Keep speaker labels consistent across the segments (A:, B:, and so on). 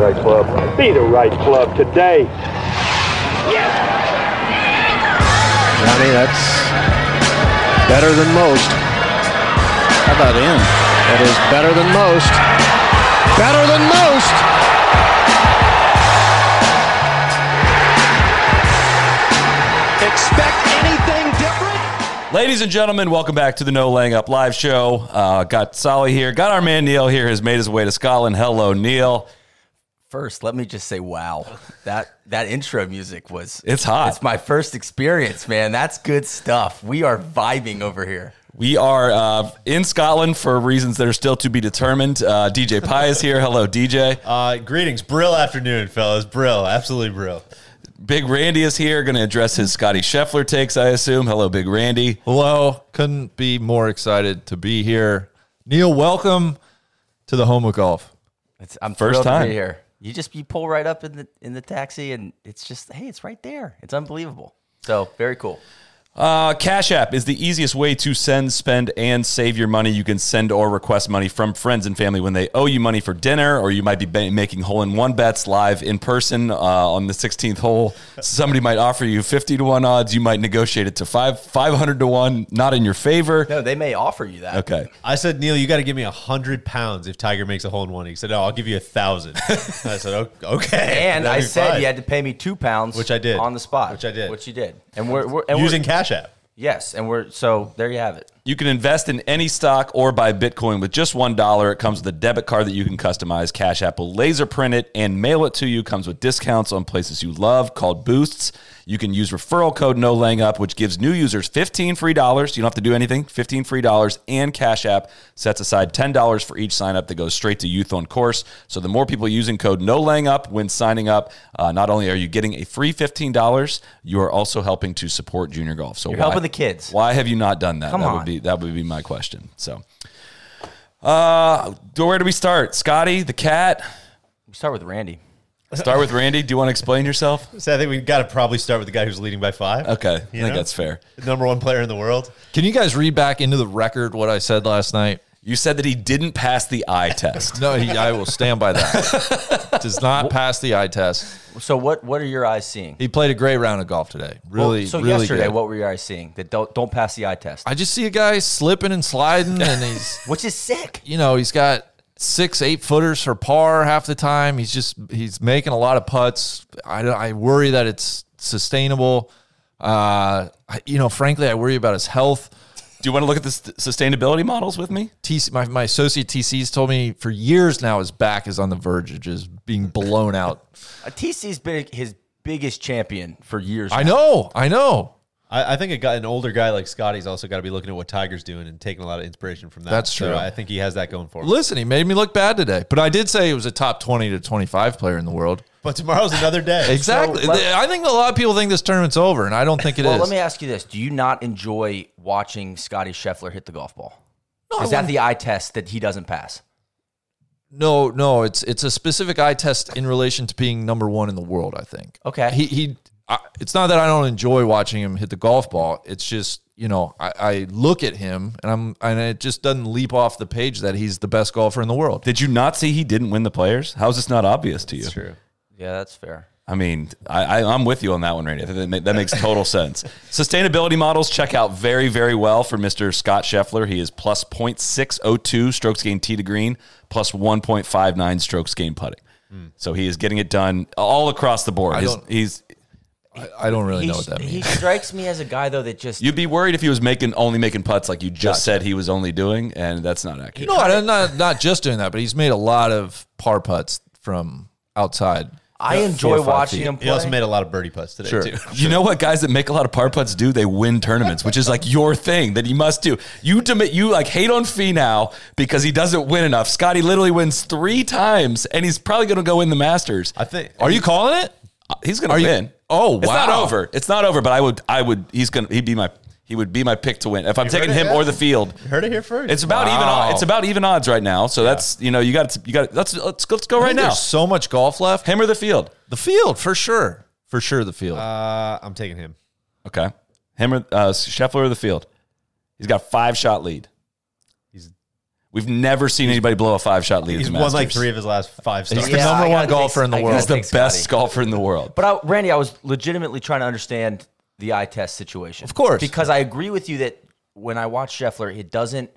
A: right club. Be the right club today.
B: Johnny, that's better than most. How about him? That is better than most. Better than most.
C: Expect anything different?
D: Ladies and gentlemen, welcome back to the No Laying Up live show. Uh, got Solly here. Got our man Neil here. Has made his way to Scotland. Hello, Neil.
E: First, let me just say, wow, that that intro music was
D: It's hot.
E: It's my first experience, man. That's good stuff. We are vibing over here.
D: We are uh, in Scotland for reasons that are still to be determined. Uh, DJ Pie is here. Hello, DJ.
F: Uh, greetings, Brill afternoon, fellas. Brill, absolutely Brill.
D: Big Randy is here. Going to address his Scotty Scheffler takes, I assume. Hello, Big Randy.
G: Hello. Couldn't be more excited to be here. Neil, welcome to the home of golf.
E: It's, I'm
D: First
E: thrilled to
D: time.
E: be here. You just you pull right up in the in the taxi, and it's just hey, it's right there. It's unbelievable. So very cool.
D: Uh, Cash App is the easiest way to send, spend, and save your money. You can send or request money from friends and family when they owe you money for dinner, or you might be ba- making hole in one bets live in person uh, on the 16th hole. Somebody might offer you 50 to 1 odds. You might negotiate it to five, 500 to 1, not in your favor.
E: No, they may offer you that.
D: Okay.
F: I said, Neil, you got to give me a hundred pounds if Tiger makes a hole in one. He said, No, I'll give you a thousand. I said, "O- Okay.
E: And I
F: That'd be
E: said
F: fine."
E: you had to pay me two pounds,
F: Which I did.
E: on the spot,
F: Which I did.
E: which you did. And we're, we're and
F: using
E: we're,
F: Cash App.
E: yes, and we're so there you have it.
D: You can invest in any stock or buy Bitcoin with just $1. It comes with a debit card that you can customize. Cash App will laser print it and mail it to you. Comes with discounts on places you love called Boosts. You can use referral code no laying up, which gives new users 15 free dollars. You don't have to do anything. 15 free dollars and Cash App sets aside $10 for each sign up that goes straight to Youth on Course. So the more people using code no laying up when signing up, uh, not only are you getting a free $15, you are also helping to support junior golf. So
E: You're helping the kids.
D: Why have you not done that?
E: Come
D: that
E: on.
D: would be that would be my question. So, uh, where do we start? Scotty, the cat.
E: We start with Randy.
D: Start with Randy. Do you want to explain yourself?
F: So I think we got to probably start with the guy who's leading by five.
D: Okay, I
F: You
D: think
F: know?
D: that's fair.
F: The Number one player in the world.
G: Can you guys read back into the record what I said last night?
D: You said that he didn't pass the eye test.
G: No, he, I will stand by that. Does not pass the eye test.
E: So what what are your eyes seeing?
G: He played a great round of golf today.
E: Well,
G: Really,
E: so
G: really
E: yesterday,
G: good.
E: what were your eyes seeing? That don't don't pass the eye test,
G: I just see a guy slipping and sliding, and he's
E: which is sick.
G: you know, he's got six, eight footers for par half the time. He's just he's making a lot of putts. I don't- I worry that it's sustainable. Uh, I- you know, frankly, I worry about his health.
D: Do you want to look at the s- sustainability models with me?
G: TC, my, my associate TC's told me for years now his back is on the verge of just being blown out.
E: Uh, TC's been his biggest champion for years.
G: I
E: now.
G: know, I know.
F: I, I think a guy, an older guy like Scotty's also got to be looking at what Tiger's doing and taking a lot of inspiration from that.
G: That's
F: So
G: true.
F: I think he has that going for him.
G: Listen, he made me look bad today, but I did say he was a top 20 to 25 player in the world.
F: But tomorrow's another day.
G: Exactly.
E: let-
G: I think a lot of people think this tournament's over, and I don't think it is.
E: Well, let me ask you this: Do you not enjoy watching Scotty Scheffler hit the golf ball?
G: No,
E: is
G: I
E: that the eye test that he doesn't pass?
G: No, no, it's it's a specific eye test in relation to being number one in the world. I think.
E: Okay.
G: He he. I, it's not that I don't enjoy watching him hit the golf ball. It's just you know I, I look at him and I'm and it just doesn't leap off the page that he's the best golfer in the world.
D: Did you not see he didn't win the players? How is this not obvious to you?
F: True.
E: Yeah, that's fair.
D: I mean, I, I, I'm with you on that one, Randy. I think that, ma- that makes total sense. Sustainability models check out very, very well for Mr. Scott Scheffler. He is plus 0.602 strokes gained tee to green, plus 1.59 strokes gained putting. So he is getting it done all across the board. His-
G: don't-
D: he's
G: I, I don't really
E: He,
G: know what that
E: he
G: means.
E: strikes me as a guy though that just
D: you'd be worried if he was making only making putts like you just said he was only doing, and that's not accurate.
G: No, I'm not not just doing that, but he's made a lot of par putts from outside.
E: I enjoy
G: four or five
E: watching
G: feet.
E: him play.
F: He also made a lot of birdie putts today, too.
D: You know what guys that make a lot of par putts do? They win tournaments, which is like your thing that you must do. You dem- you like hate on Fee now because he doesn't win enough. Scotty literally wins three times, and he's probably going to go win the Masters. Uh,
F: I think.
G: Are you calling it?
D: He's going to
G: you-
D: win.
G: Oh,
D: It's not
G: wow.
D: over. It's not over. But I would I would he's going to he'd be my he would be my pick to win if I'm taking
F: heard it
D: him
F: here?
D: or the field.
F: Heard it here first.
D: It's about even
G: Wow.
D: even. It's about even odds right now. So that's you know you got you got let's let's let's go
G: I
D: right
G: think
D: now.
G: There's so much golf left.
D: Him or the field.
G: The field for sure, for sure. The field.
F: Uh, I'm taking him.
D: Okay. Him or uh, Scheffler or the field. He's got five shot lead.
F: He's-
D: We've never seen anybody blow a five shot lead.
F: He's
D: at the
F: won like
D: Masters.
F: three of his last five starts.
G: He's the number
E: I
G: one
E: gotta take-
G: golfer in the
E: I gotta
G: world.
D: He's the
E: take Scotty.
D: best golfer in the world.
E: But I, Randy, I was legitimately trying to understand the eye test situation. Of
G: course.
E: because I agree with you that when I watch Scheffler, it doesn't.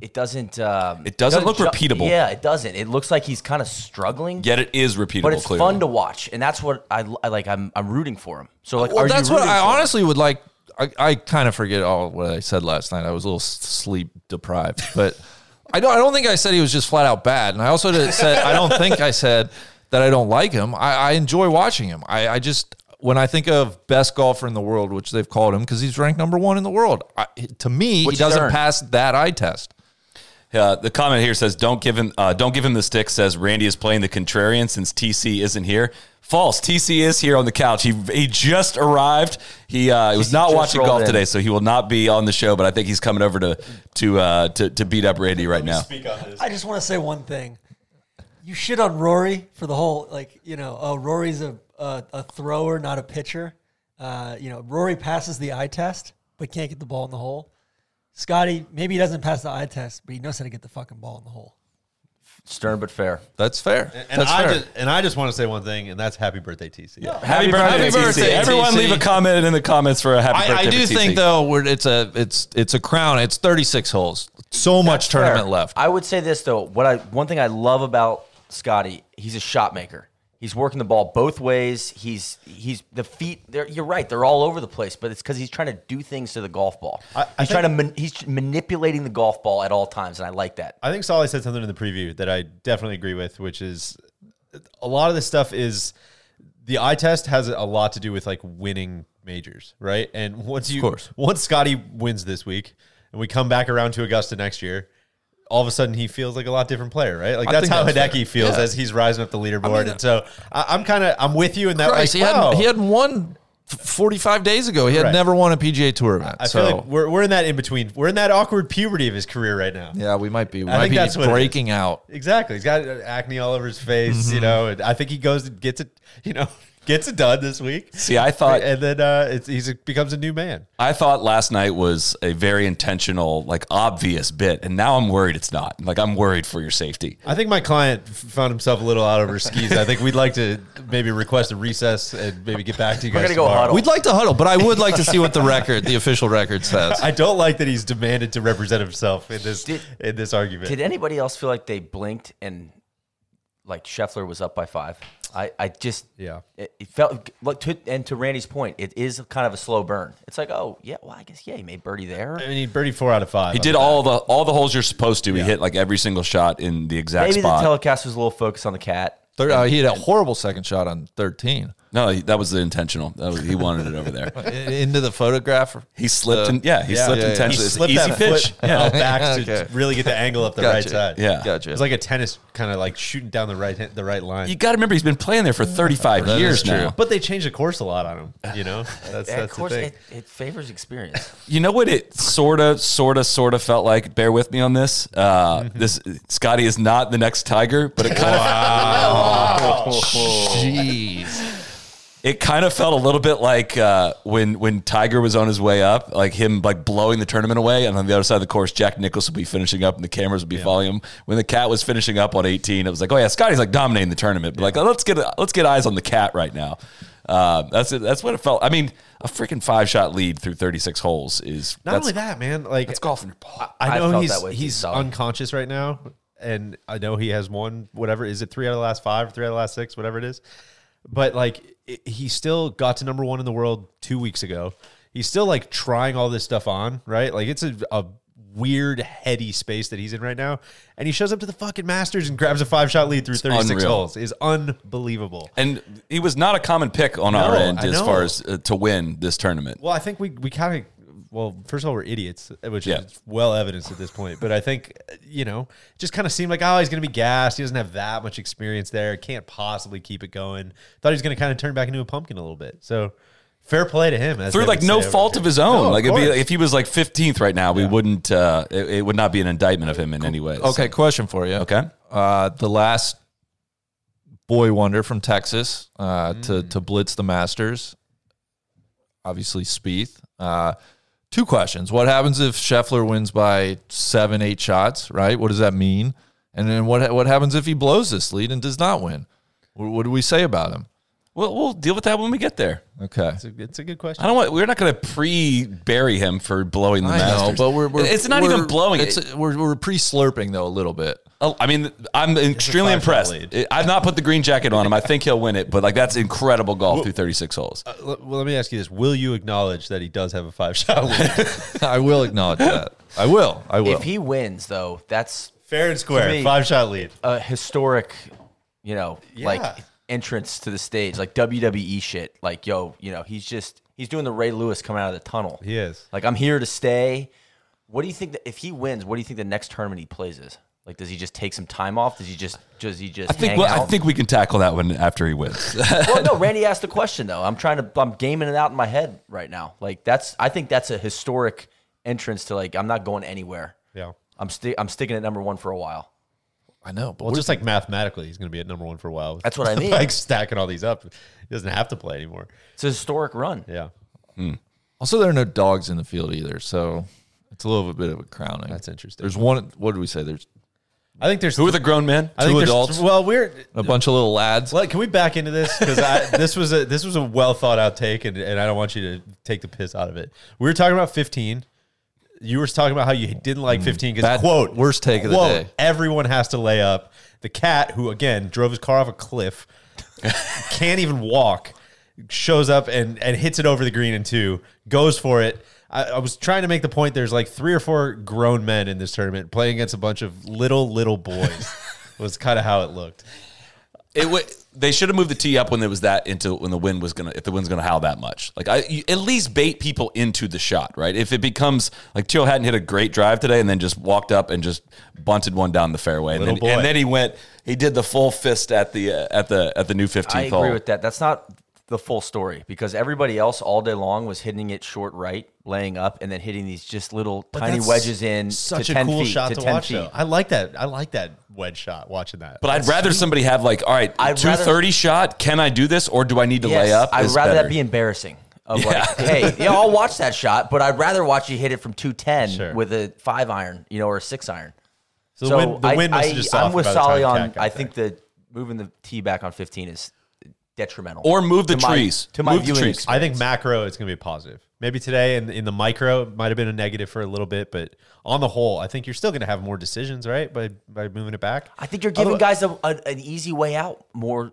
E: It doesn't. Um,
D: It doesn't look repeatable.
E: Yeah, it doesn't. It looks like he's kind of struggling.
D: Yet it is repeatable.
E: but it's
D: clearly.
E: fun to watch, and that's what I, I like. I'm I'm rooting for him. So like,
G: well,
E: are
G: that's
E: you
G: what
E: rooting
G: I
E: for him?
G: honestly would like. I, I kind of forget all what I said last night. I was a little s- sleep deprived, but I don't. I don't think I said he was just flat out bad, and I also didn't said I don't think I said that I don't like him. I, I enjoy watching him. I, I just when I think of best golfer in the world, which they've called him because he's ranked number one in the world. I, to
E: Which
G: me, he
E: he's
G: doesn't
E: earned.
G: pass that eye test.
D: Uh, the comment here says, "Don't give him, uh, don't give him the stick." Says Randy is playing the contrarian since TC isn't here. False. TC is here on the couch. He he just arrived. He uh, he was not
E: just
D: watching
E: rolled
D: golf
E: in.
D: today, so he will not be on the show. But I think he's coming over to to uh, to, to beat up Randy right now.
F: Speak on this.
H: I just want to say one thing. You shit on Rory for the whole like you know oh Rory's a a, a thrower not a pitcher. Uh, you know Rory passes the eye test but can't get the ball in the hole. Scotty maybe he doesn't pass the eye test but he knows how to get the fucking ball in the hole.
E: stern but fair.
G: That's fair.
F: And
G: that's
F: I
G: fair.
F: just and I just want to say one thing, and that's happy birthday, TC.
D: Happy, birthday,
G: birthday,
D: TC.
G: TC.
D: Everyone, leave a comment in the comments for a happy
G: I,
D: birthday.
G: I do
D: for TC.
G: think though we're, it's a it's it's a crown. It's 36 holes. So much tournament
E: Fair.
G: left.
E: I would say this though. What I one thing I love about Scotty, he's a shot maker. He's working the ball both ways. He's he's the feet. They're, you're right. They're all over the place, but it's because he's trying to do things to the golf ball.
F: I
E: he's
F: think-
E: trying to man, he's manipulating the golf ball at all times, and I like that.
F: I think Solly said something in the preview that I definitely agree with, which is a lot of this stuff is the eye test has a lot to do with like winning majors, right? And once you,
G: course.
F: once Scotty wins this week, and we come back around to Augusta next year, all of a sudden he feels like a lot different player, right? Like
G: I
F: that's
G: think
F: how
G: that's
F: Hideki
G: fair.
F: feels
G: Yeah.
F: as he's rising up the leaderboard. and so I, I'm kind of I'm with you in that.
G: Christ,
F: like,
G: he
F: wow.
G: had he had won f- 45 days ago. He had
F: Right.
G: never won a PGA Tour event.
F: I
G: so
F: feel like we're, we're in that in between. We're in that awkward puberty of his career right now.
G: yeah, we might be we
F: I
G: might
F: think
G: be
F: that's what it
G: breaking out.
F: Exactly. He's got uh, acne all over his face,
D: Mm-hmm.
F: you know. And I think he goes and gets it, you know, gets it done this week.
D: See, I thought
F: and then uh, it's, he's becomes a new man.
D: I thought last night was a very intentional, like obvious bit, and now I'm worried it's not. Like I'm worried for your safety.
F: I think my client f- found himself a little out over skis. I think we'd like to maybe request a recess and maybe get back to you guys.
E: gonna go
F: tomorrow.
E: huddle.
G: We'd like to huddle, but I would like to see what the record, the official record says.
F: I don't like that he's demanded to represent himself in this
E: Did-
F: in this argument.
E: Did anybody else feel like they blinked and like Scheffler was up by five? I, I just
F: Yeah.
E: it, it felt like to, and to Randy's point, it is kind of a slow burn. It's like oh yeah, well I guess yeah he made birdie there.
F: I mean, he birdie four out of five.
D: He did all the all the holes you're supposed to. He hit like every single shot in the exact
E: Maybe
D: spot.
E: the telecast was a little focused on the cat.
G: Third, uh, he had a horrible second shot on 13
D: No, he- that was the intentional. That was, he wanted it over
G: I-
D: there.
G: into the photograph.
D: He slipped, and yeah, he
F: yeah,
D: slipped
F: yeah, yeah. He
D: intentionally. It's
F: slipped
D: easy
F: that
D: pitch.
F: pitch
D: Yeah.
F: back to
G: Okay.
F: really get the angle up the
G: Gotcha.
F: right side.
D: Yeah.
G: Gotcha.
F: It's like a tennis kind of like shooting down the right the right line.
D: You got to remember, he's been playing there for 35
G: That
D: years
G: is true.
D: now.
F: But they changed the course a lot on him, you know. That's
E: Yeah, of
F: that's
E: course,
F: the thing.
E: it, it favors experience.
D: You know what it sort of, sort of, sort of felt like? Bear with me on this. Uh,
G: Mm-hmm.
D: this Scotty is not the next Tiger, but it kind of
G: Jeez.
D: it kind of felt a little bit like uh, when when Tiger was on his way up, like him like blowing the tournament away, and on the other side of the course, Jack Nicklaus would be finishing up, and the cameras would be following him. When the cat was finishing up on 18, it was like, oh yeah, Scotty's like dominating the tournament, but like let's get let's get eyes on the cat right now. Uh, that's it, that's what it felt. I mean, a freaking five shot lead through 36 holes is
F: Not
D: that's-
F: only that, man. Like
D: that's golf in your ball.
F: I
E: I
F: know
E: felt
F: he's
E: that way too,
F: he's
E: Sully.
F: unconscious right now, and I know he has one whatever. Is it three out of the last five, three out of the last six, whatever it is. But like it, he still got to number one in the world two weeks ago. He's still like trying all this stuff on, right? Like it's a, a weird heady space that he's in right now, and he shows up to the fucking Masters and grabs a five shot lead through thirty six
D: unreal.
F: holes. Is unbelievable.
D: And he was not a common pick on our
F: No,
D: end
F: I
D: as
F: know.
D: far as uh, to win this tournament.
F: Well, I think we we kind of well, first of all, we're idiots, which
D: Yeah.
F: is well evidenced at this point. But I think you know, it just kind of seemed like oh, he's going to be gassed. He doesn't have that much experience there. Can't possibly keep it going. Thought he was going to kind of turn back into a pumpkin a little bit. So fair play to him as
D: through
F: they
D: like
F: would
D: no
F: say over
D: fault
F: here.
D: of his own.
F: No, of
D: like it'd be,
F: course.
D: if he was like 15th right now, we wouldn't. Uh, it, it would not be an indictment of him in any way. So-
G: Okay, question for you.
D: Okay.
G: Uh, the last boy wonder from Texas Hmm. uh, to to blitz the Masters. Obviously, Spieth. Uh, two questions. What happens if Scheffler wins by seven, eight shots, right? What does that mean? And then what what happens if he blows this lead and does not win? What, what do we say about him?
D: We'll, we'll deal with that when we get there.
G: Okay.
F: It's a, it's a good question.
D: I don't want. We're not going to pre-bury him for blowing the
G: I know,
D: Masters.
G: but we're, we're
D: it's not
G: we're-
D: even blowing.
G: It's
D: it.
G: we're we're pre-slurping though a little bit.
D: Oh, I mean, I'm extremely
F: five-shot
D: impressed. I- I've not put the green jacket on him. I think he'll win it, but like that's incredible golf through 36 holes.
F: L- well, let me ask you this: Will you acknowledge that he does have a five shot lead?
G: I will acknowledge that. I will. I will.
E: If he wins, though, that's
F: Fair and square,
E: me- Uh,
F: five shot lead.
E: a historic, you know, like
F: Yeah.
E: entrance to the stage, like WWE shit. Like, yo, you know, he's just he's doing the Ray Lewis coming out of the tunnel.
F: He is.
E: Like, I'm here to stay. What do you think that if he wins, what do you think the next tournament he plays is? Like, does he just take some time off? Does he just does he just
D: I think
E: hang
D: well,
E: out?
D: I think we can tackle that one after he wins.
E: well, no, Randy asked the question though. I'm trying to I'm gaming it out in my head right now. Like that's I think that's a historic entrance to like I'm not going anywhere.
F: Yeah.
E: I'm sti- I'm sticking at number one for a while.
G: I know, but
F: Well,
G: what
F: just like mathematically, he's going to be at number one for a while.
E: That's what I mean.
F: like stacking all these up, he doesn't have to play anymore.
E: It's a historic run.
F: Yeah,
G: Also, there are no dogs in the field either, so it's a little bit of a crowning.
F: That's interesting.
G: There's one. What did we say? There's
F: I think there's
D: Who are the grown men?
F: I think
G: two
F: there's-
G: adults?
F: well, we're
G: a bunch of little lads.
F: Well, can we back into this because this was a this was a well thought out take, and, and I don't want you to take the piss out of it. We were talking about fifteen. You were talking about how you didn't like fifteen because
G: Mm, Bad-
F: quote
G: worst take of the
F: quote,
G: day.
F: Everyone has to lay up. The cat who again drove his car off a cliff, can't even walk, shows up and and hits it over the green in two, goes for it. I, I was trying to make the point. There's like three or four grown men in this tournament playing against a bunch of little little boys. was kind of how it looked.
D: It w- they should have moved the tee up when it was that into when the wind was gonna if the wind's gonna howl that much. Like I you, at least bait people into the shot, right? If it becomes like Teal hadn't hit a great drive today and then just walked up and just bunted one down the fairway, and then,
F: Little boy.
D: and then he went he did the full fist at the uh, at the at the new 15th
E: I
D: hole.
E: agree with that. That's not the full story because everybody else all day long was hitting it short right, laying up, and then hitting these just little tiny
F: that's
E: wedges in
F: Such
E: to
F: a
E: 10
F: cool
E: feet,
F: shot
E: to,
F: to,
E: 10
F: watch.
E: feet.
F: Though. I like that. I like that wedge shot. Watching that,
D: But I'd rather somebody have like, all right,
E: I'd
D: two
E: rather-
D: thirty shot. Can I do this, or do I need to lay up?
E: I'd
D: is
E: rather
D: better.
E: that be embarrassing. Of like, hey, yeah, I'll watch that shot, but I'd rather watch you hit it from 210
F: Sure.
E: with a five iron, you know, or a six iron.
F: so the wind, the wind must have just
E: I,
F: softened
E: I'm with
F: by the time
E: Solly
F: Cat
E: on.
F: got
E: I
F: there.
E: think that moving the tee back on 15 is detrimental.
D: Or move the
E: to my-
D: trees.
E: to my
D: Move the
E: viewing
D: trees.
F: I think macro it's going to be a positive. Maybe today and in, the micro it might have been a negative for a little bit, but on the whole, I think you're still going to have more decisions, right? By by moving it back.
E: I think you're giving
F: Although-
E: guys a, a, an easy way out more.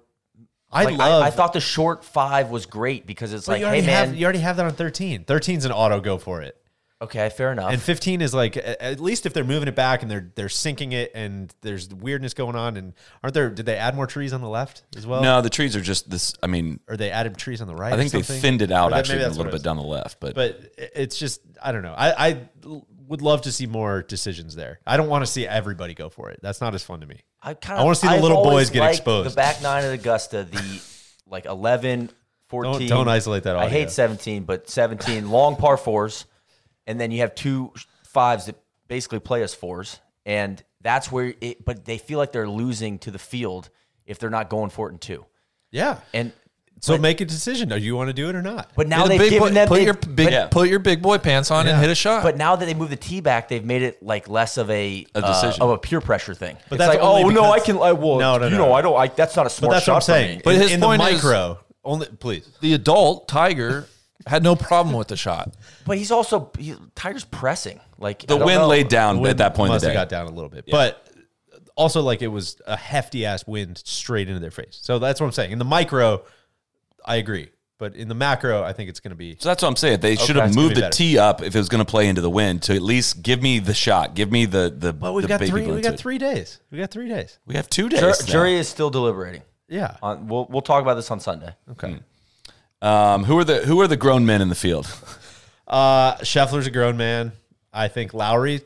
F: I
E: Like,
F: love.
E: I, I thought the short five was great because it's
F: but
E: like,
F: you already
E: hey man,
F: have you already have that on 13. 13's an auto go for it.
E: okay, fair enough.
F: And 15 is like a- at least if they're moving it back and they're they're sinking it and there's weirdness going on and aren't there did they add more trees on the left as well?
D: no, the trees are just this. I mean,
F: Or they added trees on the right?
D: I think they thinned it out actually a little
F: bit
D: bit down the left, but,
F: but i- it's just I don't know. I, I l- would love to see more decisions there. I don't want to see everybody go for it. That's not as fun to me.
E: I kind
F: I wanna see the little boys get
E: The
F: exposed.
E: back nine at Augusta, the like 11, 14.
F: don't isolate that
E: I
F: audio.
E: hate 17, but 17 long par fours, and then you have two fives that basically play as fours, and that's where it. But they feel like they're losing to the field if they're not going for it in two,
F: Yeah.
E: and.
F: so make a decision. Do you want to do it or not?
E: But now
G: You're the
E: they've
G: big
E: given
G: boy-
E: them
G: put
E: the-
G: your big
D: Yeah.
G: put your big boy pants on and hit a shot.
E: But now that they move the tee back, they've made it like less of a,
D: A
E: uh,
D: decision.
E: of a peer pressure thing. But
F: that's
E: like,
F: only
E: oh no, I
F: because-
E: can. I well,
F: No, no,
E: you
F: no.
E: know, I don't. I, that's not a
F: But
E: smart
F: that's
E: shot
F: what I'm saying.
E: for me.
G: But
F: in,
G: his
F: in
G: point
F: the
G: is-
F: micro, only please.
G: the adult Tiger had no problem with the shot.
E: But he's also he, Tiger's pressing. Like
D: the wind laid down
F: Wind
D: at that point in
F: must
D: the day.
F: have got down a little bit, but also like it was a hefty ass wind straight into their face. So that's what I'm saying. In the micro, I agree, but in the macro, I think it's going to be.
D: So that's what I'm saying. They should have
F: it's gonna
D: moved
F: be
D: the
F: better.
D: tee up if it was going to play into the wind to at least give me the shot, give me the the.
F: But Oh, we've
D: the
F: got
D: baby
F: three.
D: blue
F: We
D: to
F: got
D: it.
F: three days. We got three days.
D: We have two days.
E: Jur-
D: now.
E: jury is still deliberating.
F: Yeah.
E: On, we'll we'll talk about this on Sunday.
F: Okay.
D: Um, who are the who are the grown men in the field?
F: Uh, Scheffler's a grown man. I think Lowry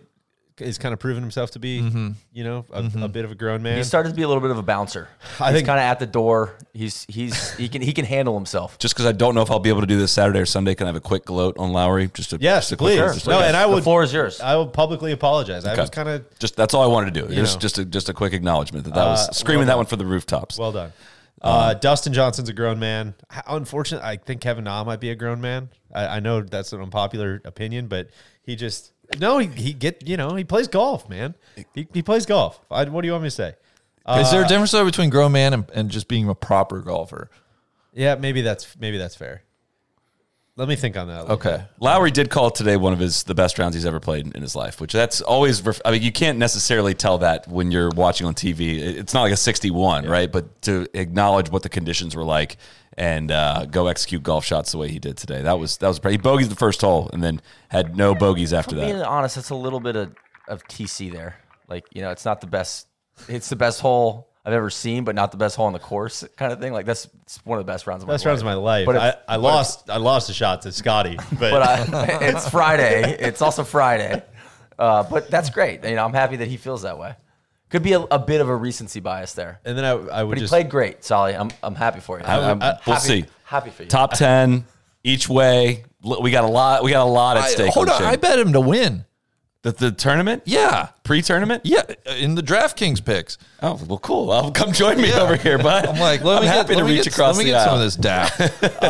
F: is kind of proven himself to be, you know, a, a bit of a grown man.
E: He started to be a little bit of a bouncer.
F: I
E: he's
F: think-
E: kind of at the door. He's he's he can he can handle himself.
D: Just because I don't know if I'll be able to do this Saturday or Sunday, can I have a quick gloat on Lowry? Just a,
F: yes,
D: just a
F: please.
D: quick- just a
F: No,
D: quick-
F: and I
E: The
F: would.
E: floor is yours.
F: I will publicly apologize. I
D: Okay.
F: was kind of
D: just that's all I wanted to do. Just
F: know.
D: just a, just a quick acknowledgement that that was
F: Uh,
D: screaming
F: well
D: that one for the rooftops.
F: well done. Uh, Dustin Johnson's a grown man. H- Unfortunately, I think Kevin Na might be a grown man. I, I know that's an unpopular opinion, but he just no. He, he get you know he plays golf, man. He, he plays golf. I, what do you want me to say?
D: Uh,
G: Is there a difference though between grown man and, and just being a proper golfer?
F: Yeah, maybe that's maybe that's fair. Let me think on that. a little
G: Okay.
D: Lowry did call today one of his the best rounds he's ever played in, in his life, which that's always. Ref- I mean, you can't necessarily tell that when you're watching on TV. It- It's not like a 61, right? But to acknowledge what the conditions were like and uh, go execute golf shots the way he did today, that was that was. Pretty, he bogeyed the first hole and then had no bogeys after
E: Being
D: that.
E: honest, that's a little bit of, of TC there. Like, you know, it's not the best. It's the best hole I've ever seen, but not the best hole on the course, kind of thing. Like that's it's one of the best rounds. Of
F: Best
E: my
F: rounds of my life.
E: But
F: But
E: if-
F: I, I lost. I lost a shot to Scotty. But,
E: but I, it's Friday. It's also Friday. Uh, but that's great. You know, I'm happy that he feels that way. Could be a, a bit of a recency bias there.
F: and then I, I would
E: But he
F: just
E: played great, Solly. I'm, I'm happy for you.
D: I- I'm-
F: I-
D: we'll
E: happy,
D: see.
E: Happy for you.
D: Top ten each way. L- We got a lot. We got a lot at
G: I-
D: stake.
G: hold on,
D: Shane.
G: I bet him to win.
D: the, the tournament.
G: Yeah,
D: Pre-tournament?
G: yeah. In the DraftKings picks,
D: Oh well, cool. I'll come join me over here, bud.
G: I'm like, let
D: I'm
G: me
D: happy
G: get,
D: to
G: let me
D: reach
G: get-
D: across
G: Let me
D: the
G: get some
D: aisle.
G: of this dap.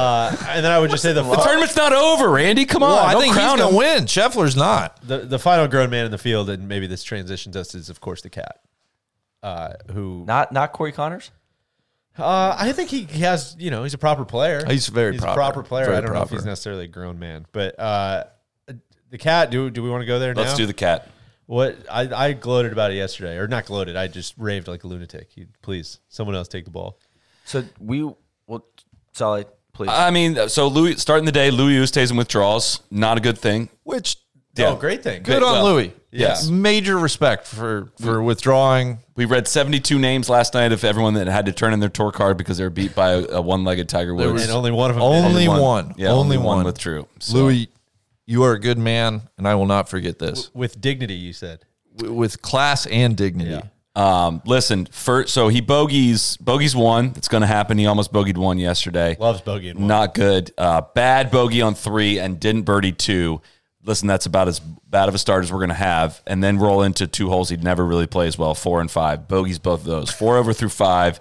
F: and then I would just say the
D: The
F: fi-
D: tournament's not over, Randy. Come on,
G: Well, Oh, I
D: don't
G: think he's
D: crown
G: gonna
D: him.
G: win. Scheffler's not.
F: the, the final grown man in the field, and maybe this transitions us is of course the cat, uh, who
E: Not not Corey Connors.
F: uh, I think he has. You know, he's a proper player.
G: He's very
F: he's
G: proper.
F: a proper player.
G: Very
F: I don't know if
G: proper.
F: he's necessarily a grown man, but uh, the cat. Do do we want to go there now?
D: Let's do the cat.
F: what I, I gloated about it yesterday, or not gloated. I just raved like a lunatic. You, please, someone else take the ball.
E: So we well, Solly, please.
D: I mean, so Louis starting the day, Louis Oosthuizen withdraws. Not a good thing.
G: Which
D: Yeah.
F: Oh, great thing.
G: good on
D: well,
G: Louis.
D: yes.
G: major respect for for withdrawing.
D: We read 72 names last night of everyone that had to turn in their tour card because they were beat by a, a one-legged Tiger Woods.
F: and only one of them.
G: Only one.
D: Yeah, only one withdrew. So-
G: Louis, you are a good man, and I will not forget this
F: with dignity, you said.
G: W- with class and dignity.
D: Um, listen, first, so he bogeys, bogeys one. It's going to happen. He almost bogeyed one yesterday.
F: Loves bogey and one.
D: Not good. Uh, bad bogey on three and didn't birdie two. Listen, that's about as bad of a start as we're going to have. And then roll into two holes he'd never really play as well four and five. Bogeys both of those. Four over through five.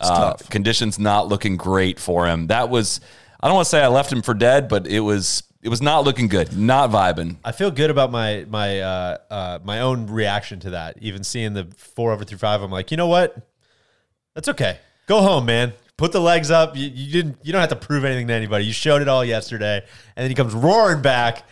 D: Uh, conditions not looking great for him. That was, I don't want to say I left him for dead, but it was. It was not looking good, not vibing.
F: I feel good about my my uh, uh, my own reaction to that. Even seeing the four over through five, I'm like, you know what? That's okay. Go home, man. Put the legs up. You, you didn't. You don't have to prove anything to anybody. You showed it all yesterday, and then he comes roaring back.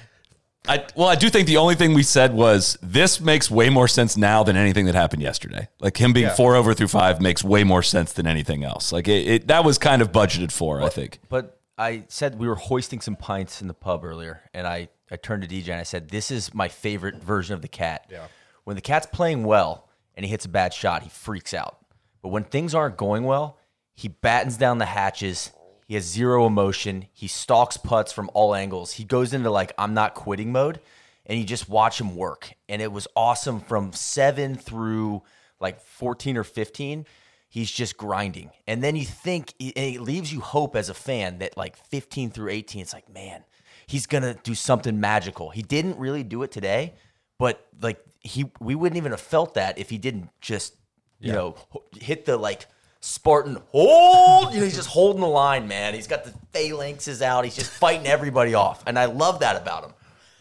D: I well, I do think the only thing we said was this makes way more sense now than anything that happened yesterday. Like him being
F: Yeah.
D: four over through five makes way more sense than anything else. Like it, it that was kind of budgeted for, I think.
E: But I said we were hoisting some pints in the pub earlier, and I, I turned to DJ and I said, This is my favorite version of the cat. Yeah. When the cat's playing well and he hits a bad shot, he freaks out. But when things aren't going well, he battens down the hatches. He has zero emotion. He stalks putts from all angles. He goes into like, I'm not quitting mode. And you just watch him work. And it was awesome from seven through like 14 or 15 he's just grinding. And then you think, and it leaves you hope as a fan that like 15 through 18, it's like, man, he's gonna do something magical. He didn't really do it today, but like he, we wouldn't even have felt that if he didn't just, you know, h- hit the like Spartan hold. You know, he's just holding the line, man. He's got the phalanxes out. He's just fighting everybody off, and I love that about him.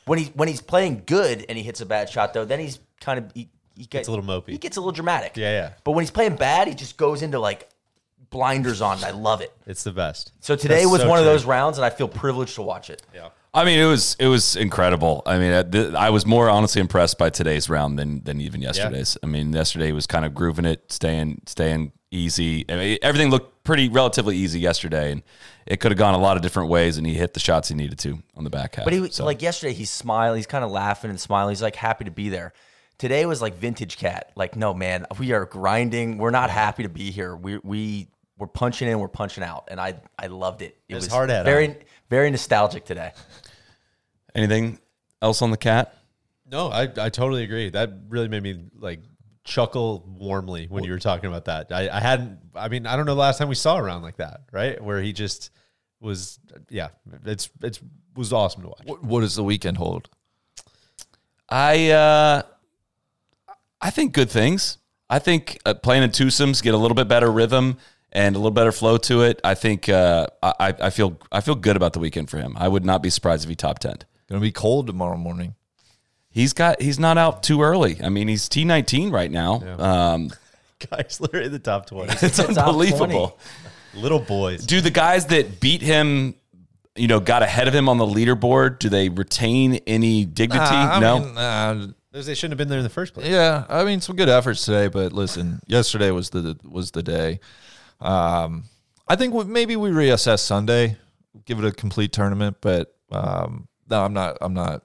E: When he when he's playing good and he hits a bad shot though, then he's kind of he, he gets
F: a little mopey.
E: He gets a little dramatic.
F: Yeah, yeah.
E: But when he's playing bad, he just goes into like blinders on. and I love it.
F: It's the best.
E: So today
F: That's
E: was
F: so
E: one of
F: true.
E: those rounds, and I feel privileged to watch it.
D: I mean, it was it was incredible. I mean, I, th- I was more honestly impressed by today's round than than even yesterday's. I mean, yesterday was kind of grooving it, staying staying easy. I mean, everything looked pretty relatively easy yesterday, and it could have gone a lot of different ways. And he hit the shots he needed to on the back half.
E: But he
D: So-
E: like yesterday, he's smiling, he's kind of laughing and smiling. He's like happy to be there. Today was like vintage cat. Like, no man, we are grinding. We're not happy to be here. We we we're punching in, we're punching out, and I I loved it. It
F: It's hard at
E: very very nostalgic today.
D: anything else on the cat?
F: No, I, I totally agree. That really made me like chuckle warmly when you were talking about that. I, I hadn't I mean, I don't know the last time we saw a round like that, right? Where he just was yeah, it's it's was awesome to watch.
G: What, what does the weekend hold?
D: I uh, I think good things. I think uh, playing in twosomes get a little bit better rhythm, and a little better flow to it. I think uh, I, I I feel I feel good about the weekend for him. I would not be surprised if he top ten.
G: Going to be cold tomorrow morning.
D: He's got he's not out too early. I mean, he's T nineteen right now. Um,
F: Guys, literally in the top 20.
D: it's
E: the top
D: unbelievable.
F: Little boys.
D: Do the guys that beat him, you know, got ahead of him on the leaderboard? Do they retain any dignity?
G: Ah, I
D: no.
G: mean, ah,
F: Those- They shouldn't have been there in the first place.
G: yeah, I mean some good efforts today, but listen, yesterday was the was the day. Um, I think we, maybe we reassess Sunday, give it a complete tournament, but um, no, I'm not. I'm not.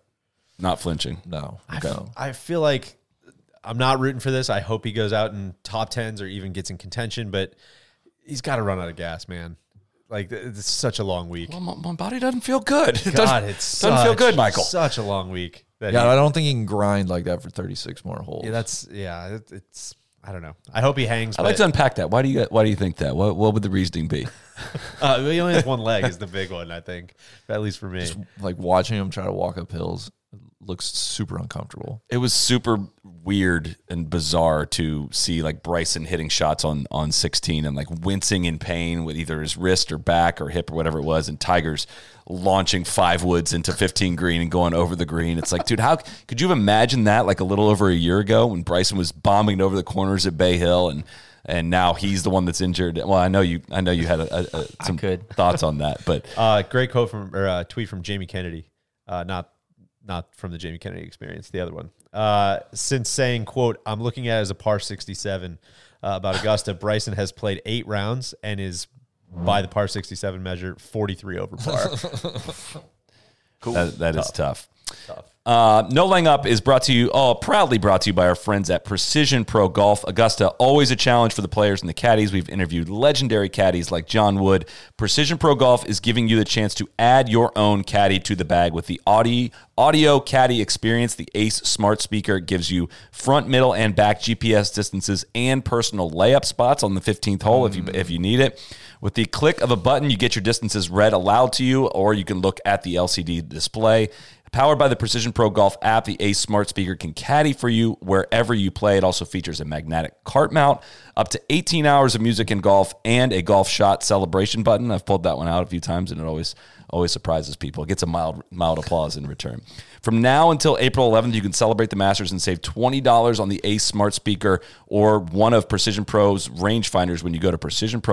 D: not flinching.
G: No, no.
F: I feel like I'm not rooting for this. I hope he goes out in top tens or even gets in contention, but he's got to run out of gas, man. Like th- it's such a long week.
D: My, my body doesn't feel good. It
F: God,
D: doesn't,
F: it's
D: doesn't feel
F: such-
D: good, Michael.
F: Such a long week. That
G: Yeah,
F: he-
G: I don't think he can grind like that for 36 more holes.
F: yeah, that's yeah. It, it's I don't know. I hope he hangs.
D: I'd like
F: but-
D: to unpack that. Why do you Why do you think that? What What would the reasoning be?
F: Uh, he only has one leg is the big one, I think. At least for me.
G: like watching him try to walk up hills looks super uncomfortable.
D: It was super weird and bizarre to see like Bryson hitting shots on on 16 and like wincing in pain with either his wrist or back or hip or whatever it was, and Tigers launching five woods into 15 green and going over the green. It's like, dude, how could you have imagined that like a little over a year ago when Bryson was bombing over the corners at Bay Hill and and now he's the one that's injured. Well, I know you. I know you had a, a, a, some
E: could.
D: thoughts on that, but
F: Uh, great quote from or uh, tweet from Jamie Kennedy, uh, not not from the Jamie Kennedy experience, the other one. Uh, since saying, "quote I'm looking at it as a par 67 uh, about Augusta, Bryson has played eight rounds and is by the par 67 measure 43 over par."
D: That, that is tough. Uh, no Lang Up is brought to you, all proudly brought to you by our friends at Precision Pro Golf. Augusta, always a challenge for the players and the caddies. We've interviewed legendary caddies like John Wood. Precision Pro Golf is giving you the chance to add your own caddy to the bag with the audio, audio caddy experience. The Ace Smart Speaker gives you front, middle, and back GPS distances and personal layup spots on the 15th hole if you if you need it. With the click of a button, you get your distances read aloud to you, or you can look at the LCD display. Powered by the Precision Pro Golf app, the Ace Smart Speaker can caddy for you wherever you play. It also features a magnetic cart mount, up to 18 hours of music and golf, and a golf shot celebration button. I've pulled that one out a few times, and it always always surprises people. It gets a mild mild applause in return. From now until April 11th, you can celebrate the Masters and save $20 on the Ace Smart Speaker or one of Precision Pro's rangefinders when you go to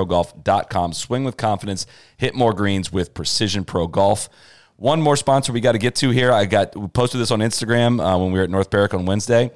D: precisionprogolf.com. Swing with confidence, hit more greens with Precision Pro Golf. One more sponsor we got to get to here. I got we posted this on Instagram uh, when we were at North Berwick on Wednesday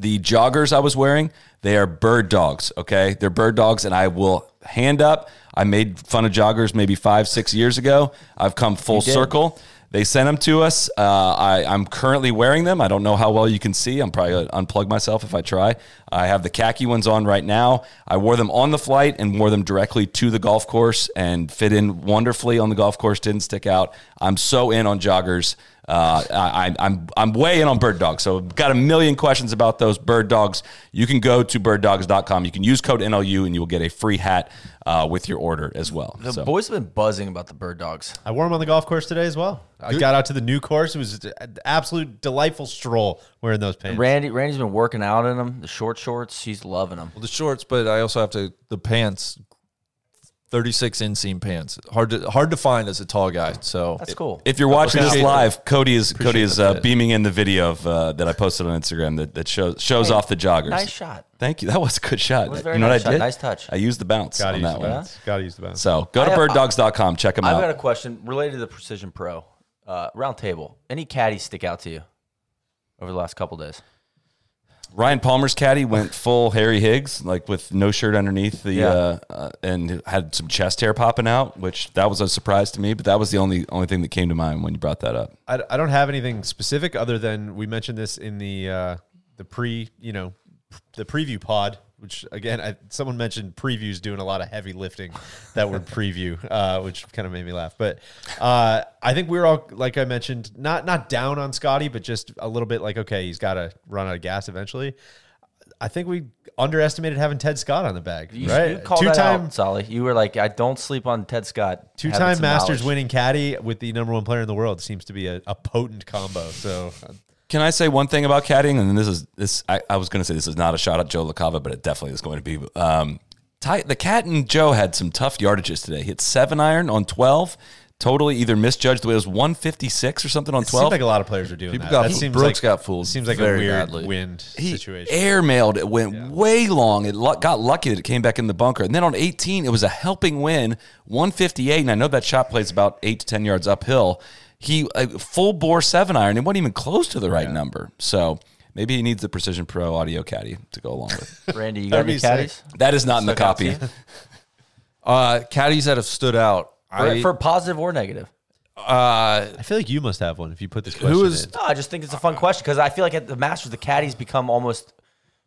D: the joggers I was wearing, they are bird dogs. Okay. They're bird dogs. And I will hand up. I made fun of joggers maybe five, six years ago. I've come full circle. They sent them to us. Uh, I, I'm currently wearing them. I don't know how well you can see. I'm probably going to unplug myself if I try. I have the khaki ones on right now. I wore them on the flight and wore them directly to the golf course and fit in wonderfully on the golf course. Didn't stick out. I'm so in on joggers. Uh, I, I'm I'm way in on bird dogs, so I've got a million questions about those bird dogs. You can go to birddogs.com. You can use code NLU, and you will get a free hat uh, with your order as well.
E: The
D: So,
E: boys have been buzzing about the bird dogs.
F: I wore him on the golf course today as well. I got out to the new course. It was an absolute delightful stroll wearing those pants.
E: Randy, Randy's been working out in them. The short shorts, he's loving them.
G: Well, the shorts, but I also have to the pants. 36 inseam pants. Hard to hard to find as a tall guy. So
E: That's cool.
D: if you're watching this
G: Appreciate
D: live, Cody is Cody is
G: the
D: uh,
G: fit.
D: beaming in the video of uh, that I posted on Instagram that, that shows shows off the joggers.
E: nice shot.
D: Thank you. That was a good shot.
E: was a very
D: You know what
E: nice
D: I
E: shot.
D: did?
E: Nice touch.
D: I used the bounce
F: Gotta
D: on
F: use
D: that
F: the
D: one.
F: bounce. Gotta use the bounce.
D: So go to
E: I uh, have-
D: birddogs.com. Check them
E: I've got
D: out.
E: a question related to Precision Pro. Uh, round table. Any caddies stick out to you over the last couple days?
D: Ryan Palmer's caddy went full Harry Higgs, like with no shirt underneath the,
E: Yeah.
D: uh, uh, and had some chest hair popping out, which that was a surprise to me. But that was the only only thing that came to mind when you brought that up.
F: I, I don't have anything specific other than we mentioned this in the uh, the pre you know p- the preview pod, which again I, someone mentioned previews doing a lot of heavy lifting that word preview, uh, which kind of made me laugh. But uh, I think we were all like I mentioned, not not down on Scotty, but just a little bit like okay, he's got to run out of gas eventually. I think we underestimated having Ted Scott on the bag,
E: You,
F: right?
E: you called that
F: Two-time-
E: out, Solly. You were like, I don't sleep on Ted Scott. having
F: Two-time
E: some
F: Masters
E: knowledge.
F: winning caddy with the number one player in the world seems to be a, a potent combo. So
D: Can I say one thing about caddying? And this is this. I, I was going to say this is not a shot at Joe LaCava, but it definitely is going to be. Um, Ty, the cat and Joe had some tough yardages today. Hit seven iron on twelve. Totally either misjudged the way it was one fifty six or something on
F: It seems
D: twelve.
F: like a lot of players are doing
G: People
F: that.
G: got
F: that
G: fooled.
F: seems
G: Brooks
F: like,
G: got fooled
F: Seems like a
G: very
F: weird
G: badly.
F: wind
D: he
F: situation.
D: airmailed it went way long it lu- got lucky that it came back in the bunker and then on 18 it was a helping win 158 and i know that shot plays about 8 to 10 yards uphill he uh, full bore 7 iron it wasn't even close to the right number so maybe he needs the precision pro audio caddy to go along with
E: Randy, you got
F: That'd
E: any
F: be sick.
E: caddies?
D: that is not in the
E: Stuck out
D: copy
E: to you?
G: Uh, caddies that have stood out. I, uh,
E: For, for positive or negative?
F: I feel like you must have one if you put this question
G: who is
F: in.
E: No, I just think it's a fun question because I feel like at the Masters, the caddies become almost,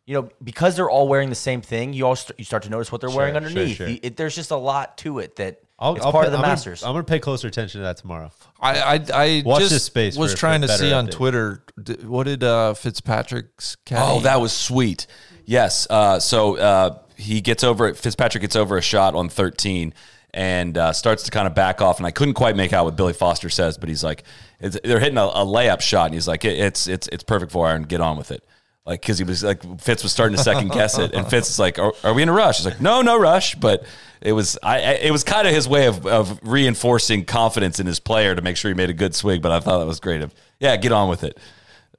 E: you know, because they're all wearing the same thing. You all st- you start to notice what they're wearing
F: sure,
E: underneath.
F: sure.
E: You- it- there's just a lot to it that
F: I'll,
E: it's
F: I'll
E: part
F: pay-
E: of the
F: I'm
E: Masters.
F: Gonna, I'm going to pay closer attention to that tomorrow.
G: I, I, I
F: Watch
G: just
F: this space
G: was
F: for- for
G: trying to
F: better
G: see on
F: update.
G: Twitter. d- What did uh, Fitzpatrick's caddy?
D: oh that was sweet yes uh, so uh, he gets over fitzpatrick gets over a shot on 13 and uh, starts to kind of back off, and I couldn't quite make out what Billy Foster says, but he's like, it's, they're hitting a, a layup shot, and he's like, it, it's it's it's perfect for iron, get on with it, like because he was like Fitz was starting to second guess it, and Fitz is like, are, are we in a rush? He's like, no, no rush, but it was I, I it was kind of his way of, of reinforcing confidence in his player to make sure he made a good swing, but I thought that was great of yeah, get on with it.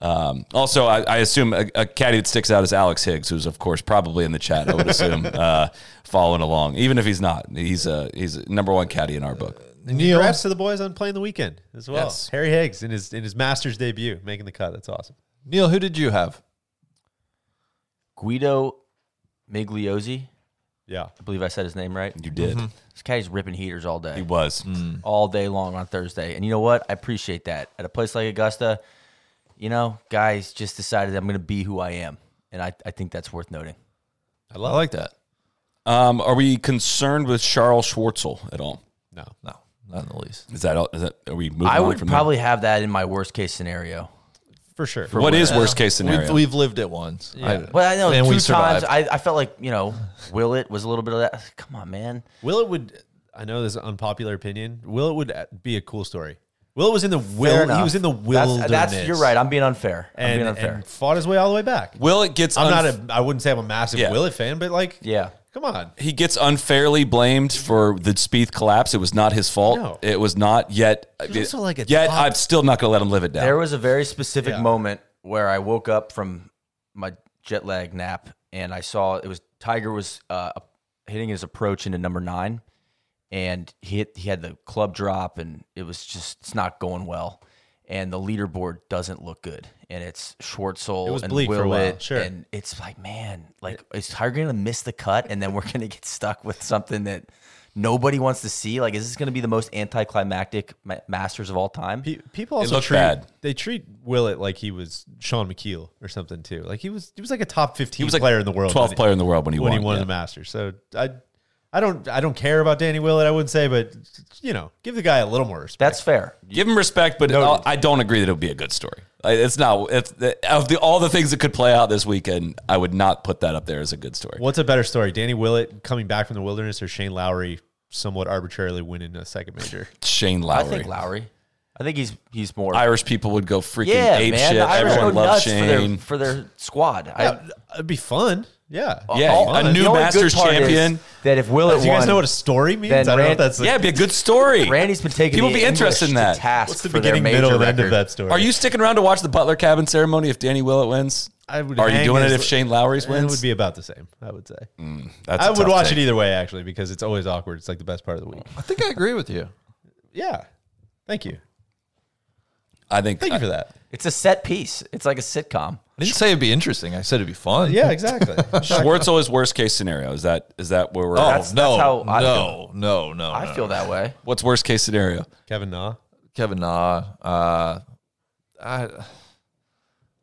D: Um, also, I, I assume a, a caddy that sticks out is Alex Higgs, who's of course probably in the chat. I would assume uh, following along, even if he's not. He's a he's number one caddy in our book.
G: Neil.
F: Congrats to the boys on playing the weekend as well.
G: Yes.
F: Harry Higgs in his in his Masters debut, making the cut. That's awesome.
G: Neil, who did you have?
E: Guido Migliozzi,
F: Yeah,
E: I believe I said his name right.
D: You did.
F: Mm-hmm.
E: This caddy's ripping heaters all day.
D: He was.
F: Mm.
E: all day long on Thursday. And you know what? I appreciate that. At a place like Augusta, you know, guys just decided I'm going to be who I am. And I, I think that's worth noting.
G: I, like that.
D: Um, are we concerned with Charles Schwartzel at all?
F: no,
G: No, not in the least.
D: Is that all, is that are we moving
E: I
D: on
E: would
D: from
E: probably have that in my worst case scenario.
F: for sure.
D: that? What is worst case
G: We've,
D: scenario?
G: we've lived it once. I,
E: Well, I know
G: and
E: two
G: we
E: times
G: survived.
E: I, I felt like, you know, Will it was a little bit of that. Come on, man.
F: Will it would. I know this is an unpopular opinion. Will it would uh, be a cool story. Will was in the
E: Fair
F: will. He
E: enough.
F: was in the
E: That's-
F: wilderness.
E: That's, you're right. I'm being unfair. I'm
F: and,
E: being unfair.
F: and fought his way all the way back.
D: Will it gets
F: I'm
D: unf-
F: not a. I wouldn't say I'm a massive
D: Yeah.
F: Will it fan, but like,
E: Yeah.
F: come on.
D: he gets unfairly blamed for the Spieth collapse. It was not his fault.
F: No.
D: It was not yet.
F: also like a
D: yet,
F: top-
D: I'm still not going to let him live it down.
E: There was a very specific
F: Yeah.
E: moment where I woke up from my jet lag nap and I saw it was Tiger was uh, hitting his approach into number nine, and he hit, he had the club drop and it was just it's not going well, and the leaderboard doesn't look good, and it's Schwartzel
F: It was
E: and
F: bleak for a while,
E: Willett,
F: sure.
E: and it's like man, like is Tiger gonna miss the cut and then we're gonna get stuck with something that. Nobody wants to see. Like, is this going to be the most anticlimactic ma- Masters of all time?
F: Pe- People also
D: looked
F: treat
D: bad.
F: they treat Willett like he was Sean McKeel or something too. Like he was he was like a top
D: he
F: fifteen
D: was like
F: player in the world,
D: 12th
F: when
D: player in the world when he
F: he, when
D: won.
F: he won
D: yeah.
F: the Masters. So I I don't I don't care about Danny Willett. I wouldn't say, but you know, give the guy a little more respect.
E: That's fair.
D: Give him respect, but I'll- I don't agree that it'll be a good story. I- It's not. It's of the all the things that could play out this weekend. I would not put that up there as a good story.
F: What's a better story, Danny Willett coming back from the wilderness or Shane Lowry somewhat arbitrarily winning a second major?
D: Shane
E: I
D: Lowry.
E: think Lowry. I think he's he's more.
D: Irish people would go freaking
E: yeah,
D: ape
E: man.
D: shit.
E: The Irish
D: Everyone
E: go
D: loves
E: nuts
D: Shane.
E: for their for their squad. I,
F: It'd be fun. Yeah.
D: yeah,
E: all-
D: a
E: the
D: new
E: only good
D: Masters
E: part is
D: champion.
E: That if Willett
F: Do you guys
E: won-
F: know what a story means?
E: then
F: I don't know
E: Rand-
F: if that's
D: yeah, it'd be a good story.
E: Randy's been taking
D: people
E: the
D: be interested
E: English
D: in that.
E: To task
F: what's the
E: for
F: beginning,
E: their major
F: middle, and
E: record.
F: end of that story.
D: Are you sticking around to watch the Butler Cabin ceremony if Danny Willett wins?
F: I would
D: Are you
F: hang
D: doing it
F: his-
D: if Shane Lowry's
F: It
D: wins?
F: would be about the same, I would say.
D: That's a
F: I would
D: tough
F: watch
D: take.
F: it either way, actually, because it's always awkward. It's like the best part of the week.
G: I think I agree with you.
F: Yeah. Thank you.
D: I think. uh,
F: Thank you for that.
E: It's a set piece. It's like a sitcom.
G: I didn't say it'd be interesting. I said it'd be fun.
F: Yeah, exactly.
D: Schwartzel is worst case scenario. Is that is that where we're
G: Oh
D: at?
E: That's-
G: no,
E: that's how I
G: no, no, no,
E: I
G: no.
E: feel that way.
D: What's worst case scenario?
F: Kevin Na.
G: Kevin Na. Uh, I,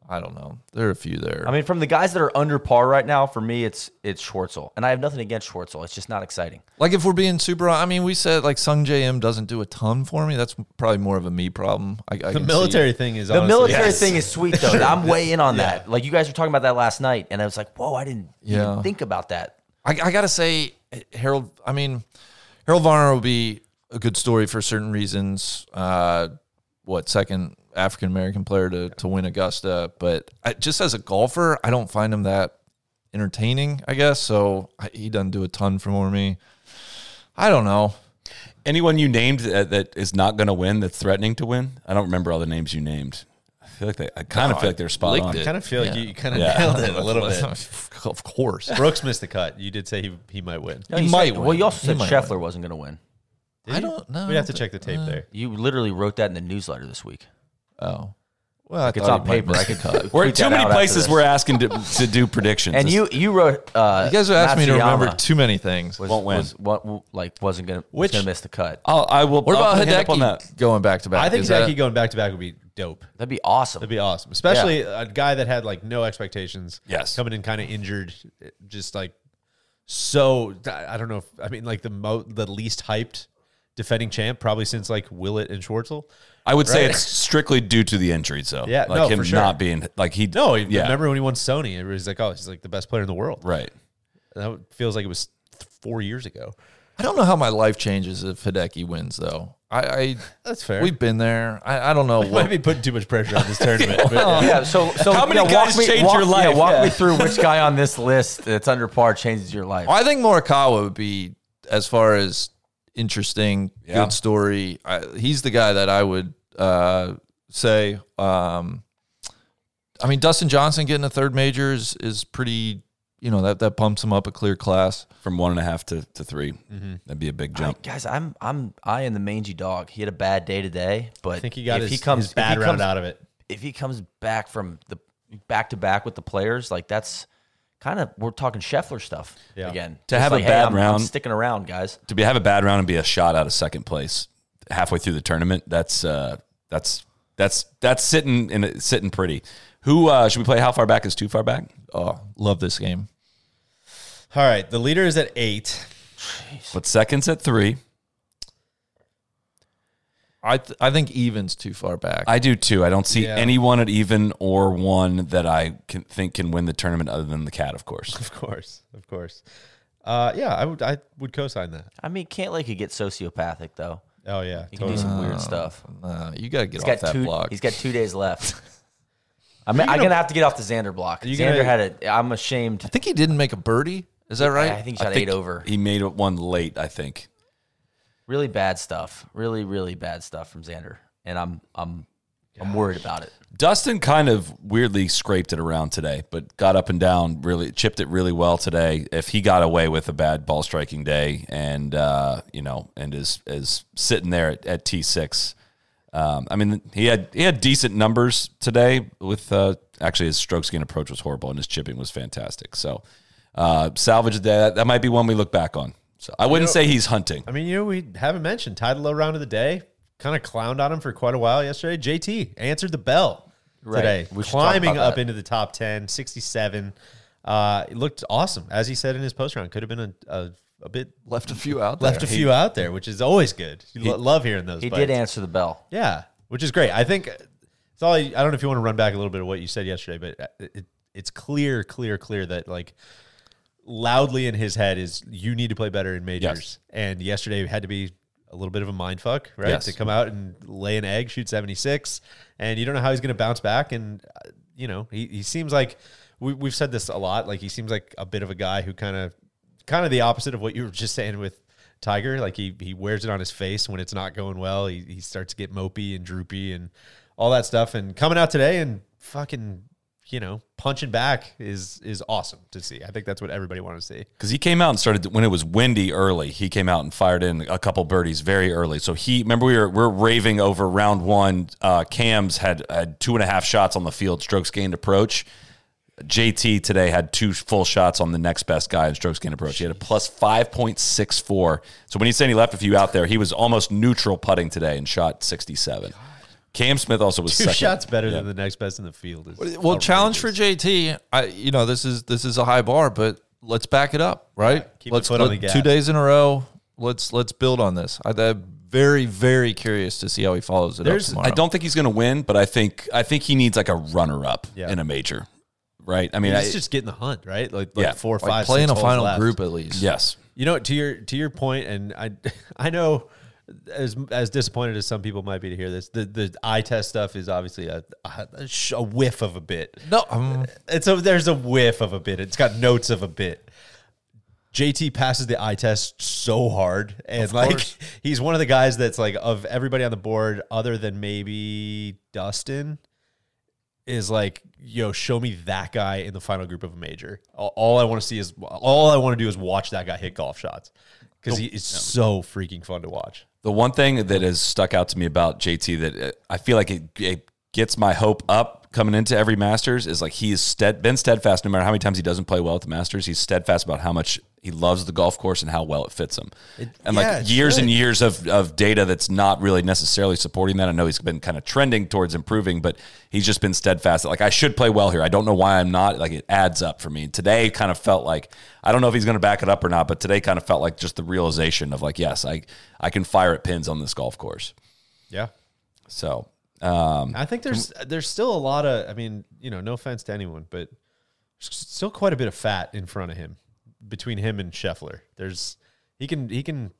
G: I don't know. There are a few there.
E: I mean, from the guys that are under par right now, for me, it's it's Schwartzel, and I have nothing against Schwartzel. It's just not exciting.
G: like if we're being super, I mean, we said like Sung J M doesn't do a ton for me. That's probably more of a me problem. I, I
F: The military thing is
E: The
F: honestly,
E: military thing is sweet though. I'm way in on that. Like you guys were talking about that last night, and I was like, "Whoa, I didn't
G: Yeah.
E: even think about that."
G: I, I gotta say, Harold. I mean, Harold Varner will be a good story for certain reasons. Uh, what second African American player to to win Augusta, but I, just as a golfer, I don't find him that entertaining, I guess. So I, he doesn't do a ton for me. I don't know.
D: Anyone you named that, that is not going to win, that's threatening to win? I don't remember all the names you named. I feel like they, I kind of feel like they're spot
G: licked
D: on.
G: it.
F: kind of feel like
G: Yeah.
F: you, you kind of
D: Yeah.
F: nailed it a little bit.
G: of course.
F: Brooks missed the cut. You did say he, he might win.
E: No,
G: He
E: you
G: might
E: said-
G: win.
E: Well, you also
G: He
E: said
G: might
E: Scheffler wasn't going to win.
F: Did
G: I
F: he?
G: don't know
F: We'd have to
G: that-
F: check the tape there.
E: You literally wrote that in the newsletter this week.
G: Oh, well, I
E: It's
G: thought
E: on
G: he might
E: paper.
G: miss
E: I
G: the
E: could
G: cut.
E: tweet
D: We're
E: that
D: too
E: out
D: many
E: after
D: places
E: this.
D: we're asking to, to do predictions.
E: And
D: This
E: you you wrote. Uh,
G: You guys are asking me to
E: Matsuyama
G: remember too many things.
E: Was,
D: Won't win.
E: Was, what, like wasn't going
F: Which-
E: to miss the cut.
D: I'll, I will.
G: what
D: I'll
G: about
D: hit up
G: Hideki
D: on that?
G: going back to back?
F: I think
G: Is that-
F: Zaki going back to back would be dope.
E: That'd be awesome.
F: That'd be awesome, especially a guy that had like no expectations.
D: Yes.
F: coming in kind of injured, just like so. I I don't know. If, I mean, like the mo- the least hyped defending champ probably since like Willett and Schwartzel.
D: I would say
F: Right.
D: it's strictly due to the injuries, though.
F: Yeah,
D: like
F: no,
D: him
F: for sure.
D: not being like he.
F: No,
D: yeah,
F: remember when he won Sony? Everybody's like, oh, he's like the best player in the world.
D: right.
F: That feels like it was th- four years ago.
G: I don't know how my life changes if Hideki wins, though. I, I
F: That's fair.
G: We've been there. I, I don't know.
F: Might
G: What,
F: be putting too much pressure on this tournament. but-
E: yeah. So, so
D: How many
E: yeah,
D: guys
E: walk me,
D: change
E: walk,
D: your life?
E: Yeah, walk
D: Yeah.
E: me through which guy on this list that's under par changes your life.
G: I think Morikawa would be as far as interesting,
D: Yeah.
G: good story. I, he's the guy that I would uh, say. Um, I mean, Dustin Johnson getting a third major is, is pretty. You know that that pumps him up a clear class.
D: From one and a half to, to 3 mm-hmm. that'd be a big jump.
E: Guys, I'm I'm I am the mangy dog. He had a bad day today, but
F: I think he
E: if
F: got
E: he
F: his,
E: comes
F: his
E: if
F: bad
E: he
F: round
E: comes,
F: out of it.
E: If he comes back from the back to back with the players, like that's kind of we're talking Scheffler stuff
F: Yeah.
E: again.
D: To
E: Just
D: have a
E: like,
D: bad
E: I'm- I'm
D: round-
E: sticking around, guys.
D: to be have a bad round and be a shot out of second place halfway through the tournament. That's uh, that's that's that's sitting in sitting pretty. Who uh, should we play? How far back is too far back?
G: Oh, love this game.
F: All right, the leader is at eight.
D: But seconds at three.
G: I th- I think evens too far back.
D: I do too. I don't see
F: Yeah.
D: anyone at even or one that I can think can win the tournament other than the cat, of course.
F: Of course, of course. Uh, yeah, I would I would co-sign that.
E: I mean, can't like he get sociopathic though.
F: Oh yeah,
E: He can
F: totally.
E: do some weird stuff.
G: Uh, you got to get
E: He's
G: off
E: got
G: that
E: two.
G: block.
E: He's got two days left. I'm, I'm gonna have to get off the Xander block.
F: you
E: Xander
F: gonna-
E: had a. I'm ashamed.
G: I think he didn't make a birdie. Is that right?
E: I think he shot eight over.
D: He made it one late, I think.
E: Really bad stuff. Really, really bad stuff from Xander, and I'm I'm I'm worried about it.
D: Dustin kind of weirdly scraped it around today, but got up and down, really chipped it really well today. If he got away with a bad ball striking day and uh, you know, and is is sitting there at, at T six. Um, I mean, he had he had decent numbers today. With uh, actually, his stroke skin approach was horrible, and his chipping was fantastic. So, uh, salvage of that. That might be one we look back on. So, I wouldn't say he's hunting.
F: I mean, you know, we haven't mentioned tied low round of the day. Kind of clowned on him for quite a while yesterday. JT answered the bell today,
E: We should talk
F: climbing
E: about
F: up
E: that.
F: into the top 10, 67. Uh, it looked awesome, as he said in his post round. Could have been a, a, a bit
G: left a few out.
F: left
G: there.
F: a few out there, which is always good. You lo- love hearing those.
E: He
F: bites.
E: did answer the bell.
F: Yeah, which is great. I think uh, it's all. I don't know if you want to run back a little bit of what you said yesterday, but uh, it, it's clear, clear, clear that like loudly in his head is you need to play better in majors.
D: Yes.
F: And yesterday had to be a little bit of a mind fuck, right?
D: Yes.
F: To come out and lay an egg, shoot seventy six, and you don't know how he's going to bounce back. And uh, you know, he he seems like we, we've said this a lot. Like he seems like a bit of a guy who kind of kind of the opposite of what you were just saying with Tiger. Like he he wears it on his face when it's not going well. He he starts to get mopey and droopy and all that stuff. And coming out today and fucking you know punching back is is awesome to see. I think that's what everybody wanted to see.
D: Because he came out and started when it was windy early. He came out and fired in a couple birdies very early. So he remember we were we are raving over round one. Uh, Cam's had had two and a half shots on the field, strokes gained approach. JT today had two full shots on the next best guy in strokes gained approach. He had a plus five point six four. So when he's saying he left a few out there, he was almost neutral putting today and shot sixty seven. Cam Smith also was
F: Two
D: second.
F: shots better than the next best in the field. Is
G: Well, challenge for JT. I you know this is this is a high bar, but let's back it up, right?
F: keep
G: let's
F: the foot on the gas.
G: two days in a row. Let's let's build on this. I, I'm very very curious to see how he follows it
F: There's-
G: up tomorrow.
D: I don't think he's going to win, but I think I think he needs like a runner up
F: Yeah.
D: in a major, right? I mean, I,
F: He's just getting the hunt, right? Like, like
D: Yeah.
F: four,
G: like
F: five,
G: play in
F: six
G: a
F: holes
G: final
F: left.
G: group at least.
D: yes.
F: You know, to your to your point, and I I know as as disappointed as some people might be to hear this, the the eye test stuff is obviously a a, sh- a whiff of a bit.
G: No, um,
F: It's a there's a whiff of a bit. It's got notes of a bit. JT passes the eye test so hard, and like
G: course.
F: he's one of the guys that's like of everybody on the board, other than maybe Dustin, is like, yo, show me that guy in the final group of a major. All, all I want to see is all I want to do is watch that guy hit golf shots because he is so freaking fun to watch.
D: The one thing that has stuck out to me about JT that uh, I feel like it, it gets my hope up coming into every Masters is like he has stead, been steadfast no matter how many times he doesn't play well at the Masters. He's steadfast about how much he loves the golf course and how well it fits him. and
F: yeah, it
D: like years and
F: should.
D: years of, of data that's not really necessarily supporting that. I know he's been kind of trending towards improving, but he's just been steadfast. Like I should play well here. I don't know why I'm not. Like it adds up for me. Today kind of felt like I don't know if he's going to back it up or not, but today kind of felt like just the realization of like, yes, I I can fire at pins on this golf course.
F: Yeah,
D: So um,
F: I think there's there's still a lot of I mean, you know, no offense to anyone, but there's still quite a bit of fat in front of him between him and Scheffler. There's he can he can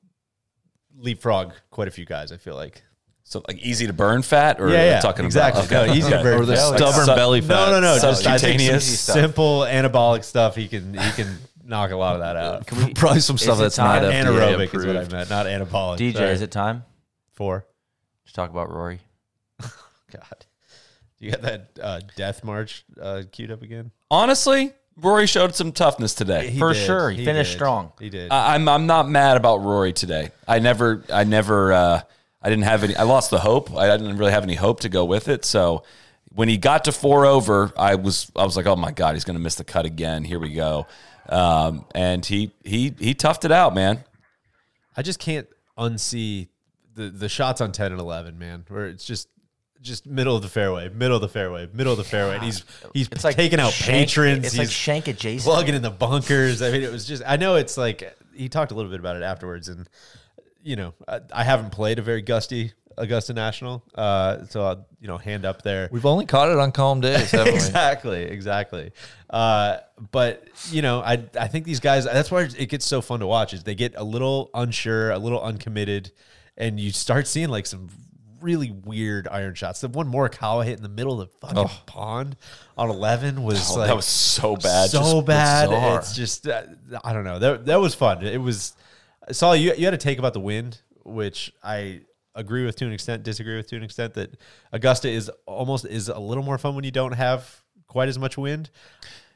F: leapfrog quite a few guys. I feel like
D: so like easy to burn fat or talking
F: exactly.
D: about
F: No, easy to burn
G: or the
F: fat. Like
G: stubborn
D: sub-
G: belly fat.
F: No, no, no. Just I think some
D: Subcutaneous
E: stuff.
F: simple anabolic stuff. He can he can knock a lot of that out.
E: Can we-
G: Probably some
E: Is
G: stuff
E: it
G: that's not
E: time?
G: FDA
F: Anaerobic is
G: approved.
F: what I meant, not anabolic.
E: DJ,
F: Sorry.
E: is it time
F: four?
E: to talk about Rory?
F: God, you got that uh, death march uh, queued up again?
D: Honestly, Rory showed some toughness today.
E: For sure, he finished
F: did.
E: strong.
F: He did.
D: I- I'm I'm not mad about Rory today. I never I never uh, I didn't have any. I lost the hope. I didn't really have any hope to go with it. So when he got to four over, I was I was like, oh my god, he's going to miss the cut again. Here we go. Um, and he he he toughed it out, man.
F: I just can't unsee the the shots on ten and eleven, man. Where it's just just middle of the fairway, middle of the fairway, middle of the fairway. And he's he's
E: It's like
F: taking out
E: shank-
F: patrons.
E: It's
F: he's
E: like shank adjacent.
F: plugging in the bunkers. I mean, it was just. I know it's like he talked a little bit about it afterwards, and you know, I, I haven't played a very gusty Augusta National, uh, so I'll you know hand up there.
G: We've only caught it on calm days, haven't we?
F: exactly, exactly. Uh, but you know, I I think these guys. That's why it gets so fun to watch. Is they get a little unsure, a little uncommitted, and you start seeing like some really weird iron shots. The one Morikawa hit in the middle of the fucking pond on eleven was like
D: Oh, that was so bad,
F: so
D: just
F: bad.
D: bizarre.
F: It's just uh, I don't know. That that was fun. It was. Saul, you you had a take about the wind, which I agree with to an extent, disagree with to an extent. That Augusta is almost is a little more fun when you don't have quite as much wind.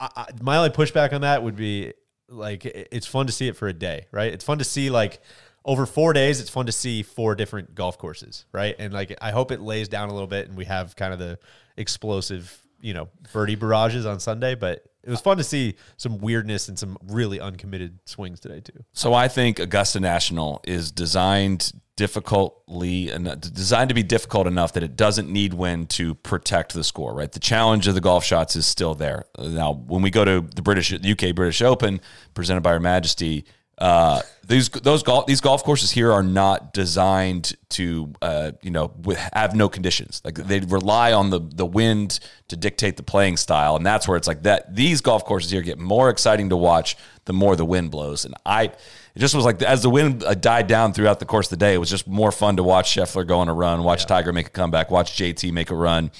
F: I, I, my only pushback on that would be like it- it's fun to see it for a day, right? It's fun to see like over four days. It's fun to see four different golf courses, right? And like I hope it lays down a little bit, and we have kind of the explosive, you know, birdie barrages on Sunday. But it was fun to see some weirdness and some really uncommitted swings today too.
D: So I think Augusta National is designed difficultly en- designed to be difficult enough that it doesn't need wind to protect the score. Right, the challenge of the golf shots is still there. Now, when we go to the British UK British Open presented by Her Majesty, uh, these those golf these golf courses here are not designed to uh, you know with, have no conditions. Like they rely on the the wind to dictate the playing style, and that's where it's like that. These golf courses here get more exciting to watch the more the wind blows. And I, it just was like as the wind uh, died down throughout the course of the day, it was just more fun to watch Scheffler go on a run, watch Tiger make a comeback, watch JT make a run,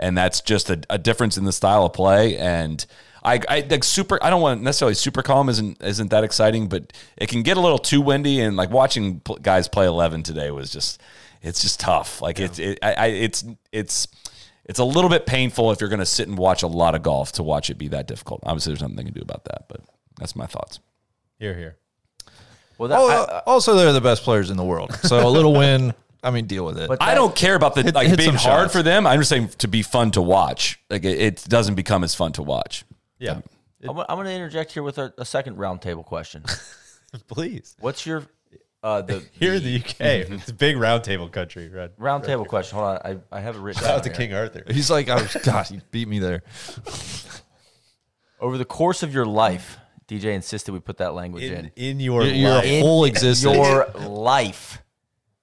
D: and that's just a, a difference in the style of play. And I, I like super. I don't want necessarily super calm isn't isn't that exciting, but it can get a little too windy. And like watching pl- guys play eleven today was just, it's just tough. Like it's it, I, I, it's it's. It's a little bit painful if you're going to sit and watch a lot of golf to watch it be that difficult. Obviously, there's nothing they can do about that, but that's my thoughts.
F: Here, here.
E: Well, that,
F: uh,
E: I-
G: Oh, also, they're the best players in the world. So a little win, I mean, deal with it.
E: But-
D: I don't care about the like
G: hit
D: being
G: some
D: hard
G: shots.
D: for them. I'm just saying to be fun to watch. Like it, it doesn't become as fun to watch.
F: Yeah,
E: I'm, I'm going to interject here with a, a second roundtable question.
F: please.
E: What's your uh, the
F: Here in the UK, it's a big roundtable country. Right?
E: roundtable question? Hold on, I, I have it written.
F: Shout out to
E: down here.
F: King Arthur.
G: He's like, I was, God, he beat me there.
E: Over the course of your life, DJ insisted we put that language
F: In,
E: in.
F: in your
G: Your
F: life.
G: whole existence.
E: Your life.